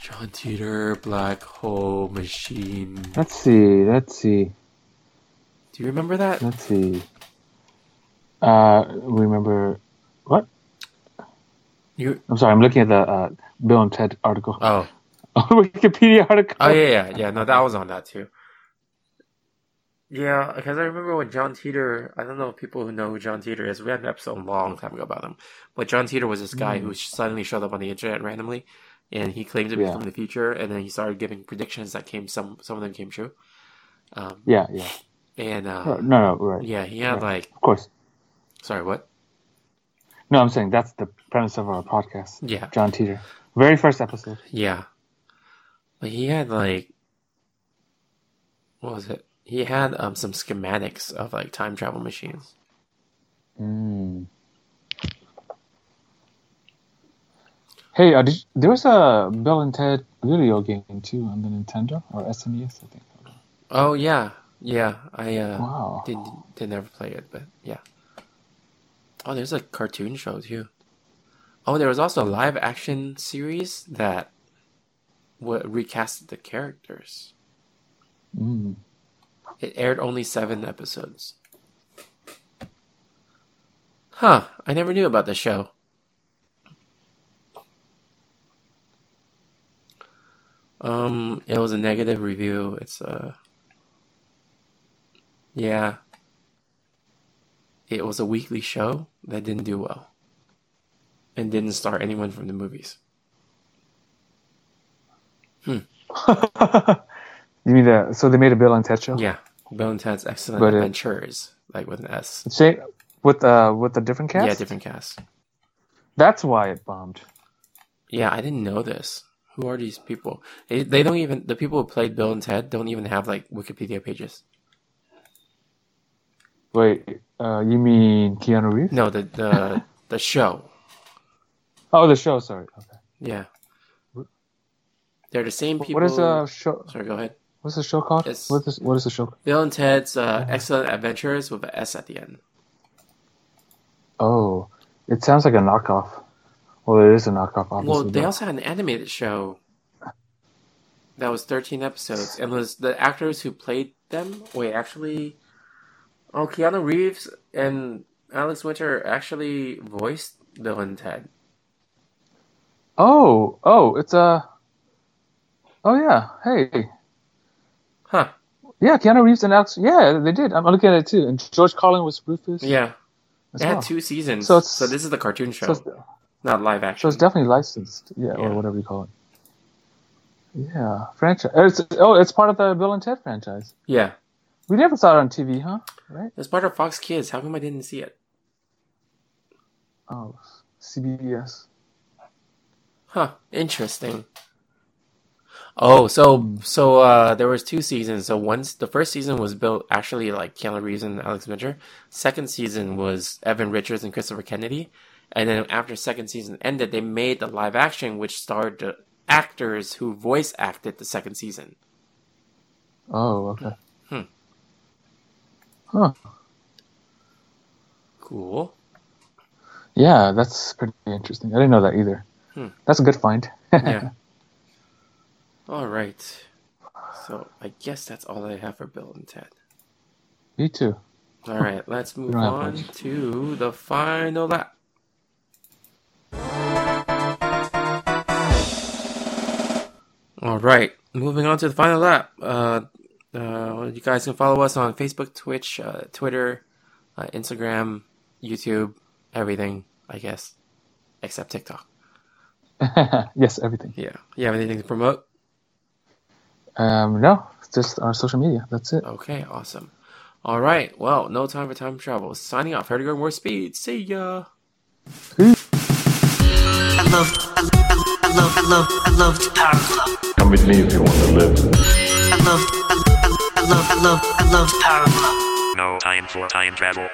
Speaker 4: John Teeter black hole machine.
Speaker 5: Let's see. Let's see.
Speaker 4: Do you remember that?
Speaker 5: Let's see. Uh, remember what?
Speaker 4: You
Speaker 5: I'm sorry. I'm looking at the uh, Bill and Ted article.
Speaker 4: oh
Speaker 5: Wikipedia article.
Speaker 4: Oh yeah, yeah, yeah. No, that was on that too. Yeah, because I remember when John Teeter. I don't know if people who know who John Teeter is. We had an episode a long time ago about him. But John Teeter was this guy who suddenly showed up on the internet randomly, and he claimed to be
Speaker 5: Yeah.
Speaker 4: from the future, and then he started giving predictions that came. Some some of them came true. Um,
Speaker 5: yeah, yeah.
Speaker 4: and
Speaker 5: No,
Speaker 4: uh,
Speaker 5: no, right.
Speaker 4: yeah, he had like
Speaker 5: Of course.
Speaker 4: sorry, what?
Speaker 5: No, I'm saying that's the premise of our podcast.
Speaker 4: Yeah,
Speaker 5: John Teeter, very first episode.
Speaker 4: Yeah. But he had like what was it? He had um some schematics of like time travel machines.
Speaker 5: Mm. Hey, uh, did, there was a Bill and Ted video game too on the Nintendo or SNES, I think.
Speaker 4: Oh yeah. Yeah. I uh
Speaker 5: Wow.
Speaker 4: didn't did never play it, but yeah. Oh, there's a cartoon show too. Oh, there was also a live action series that w- recasted the characters.
Speaker 5: Mm.
Speaker 4: It aired only seven episodes. Huh, I never knew about the show. Um, it was a negative review. It's uh Yeah. It was a weekly show that didn't do well. And didn't star anyone from the movies.
Speaker 5: You mean the so they made a Bill and Ted show?
Speaker 4: Yeah. Bill and Ted's Excellent
Speaker 5: Oh. But it-
Speaker 4: Adventures, like with an S.
Speaker 5: Same with uh with a different cast.
Speaker 4: Yeah, different cast.
Speaker 5: That's why it bombed.
Speaker 4: Yeah, I didn't know this. Who are these people? They, they don't even the people who played Bill and Ted don't even have like Wikipedia pages.
Speaker 5: Wait, uh, you mean Keanu Reeves?
Speaker 4: No, the the the show.
Speaker 5: Oh, the show. Sorry. Okay.
Speaker 4: Yeah, they're the same people.
Speaker 5: What is uh, the show?
Speaker 4: Sorry, go ahead.
Speaker 5: What's the show called?
Speaker 4: It's-
Speaker 5: What is what is the show?
Speaker 4: Bill and Ted's
Speaker 5: Uh-huh.
Speaker 4: uh, Excellent Adventures with an S at the end.
Speaker 5: Oh, it sounds like a knockoff. Well, it is a knockoff, obviously.
Speaker 4: Well, they
Speaker 5: but-
Speaker 4: also had an animated show that was 13 episodes, and was the actors who played them. Wait, actually, oh, Keanu Reeves and Alex Winter actually voiced Bill and Ted.
Speaker 5: Oh, oh, it's Uh... Oh yeah. Hey.
Speaker 4: Huh?
Speaker 5: Yeah, Keanu Reeves and Alex. Yeah, they did. I'm looking at it too. And George Carlin was Rufus.
Speaker 4: Yeah,
Speaker 5: as
Speaker 4: it had
Speaker 5: well.
Speaker 4: two seasons.
Speaker 5: So
Speaker 4: So,
Speaker 5: it's-
Speaker 4: this is the cartoon
Speaker 5: So
Speaker 4: show,
Speaker 5: it's,
Speaker 4: not live action.
Speaker 5: so it's definitely licensed. Yeah,
Speaker 4: Yeah.
Speaker 5: or whatever you call it. Yeah, franchise. It's, oh, it's part of the Bill and Ted franchise.
Speaker 4: Yeah.
Speaker 5: We never saw it on TV, huh? Right?
Speaker 4: It's part of Fox Kids. How come I didn't see it?
Speaker 5: Oh, CBS.
Speaker 4: Huh. Interesting. Oh, so so uh there was two seasons. So once the first season was built actually like Keanu Reeves and Alex Winter. Second season was Evan Richards and Christopher Kennedy. And then after second season ended, they made the live action which starred the actors who voice acted the second season.
Speaker 5: Oh, okay.
Speaker 4: Hmm.
Speaker 5: Huh.
Speaker 4: Cool.
Speaker 5: Yeah, that's pretty interesting. I didn't know that either.
Speaker 4: Hmm.
Speaker 5: That's a good find.
Speaker 4: Yeah. all right. So I guess that's all I have for Bill and Ted.
Speaker 5: Me too.
Speaker 4: All right, let's move
Speaker 5: don't have
Speaker 4: on
Speaker 5: much.
Speaker 4: to the final lap. All right, moving on to the final lap. Uh, uh, you guys can follow us on Facebook, Twitch, uh, Twitter, uh, Instagram, YouTube, everything, I guess, except TikTok.
Speaker 5: yes, everything.
Speaker 4: Yeah. You have anything to promote?
Speaker 5: Um, no, it's just our social media. That's it.
Speaker 4: Okay, awesome. All right, well, no time for time travel. Signing off. Here to go more speed. See ya.
Speaker 1: I love, I love, I love, I love, I love the Power Glove.
Speaker 2: Come with me if you want to live.
Speaker 1: I love, I love, I love, I love, I love the Power Glove.
Speaker 3: No time for time travel.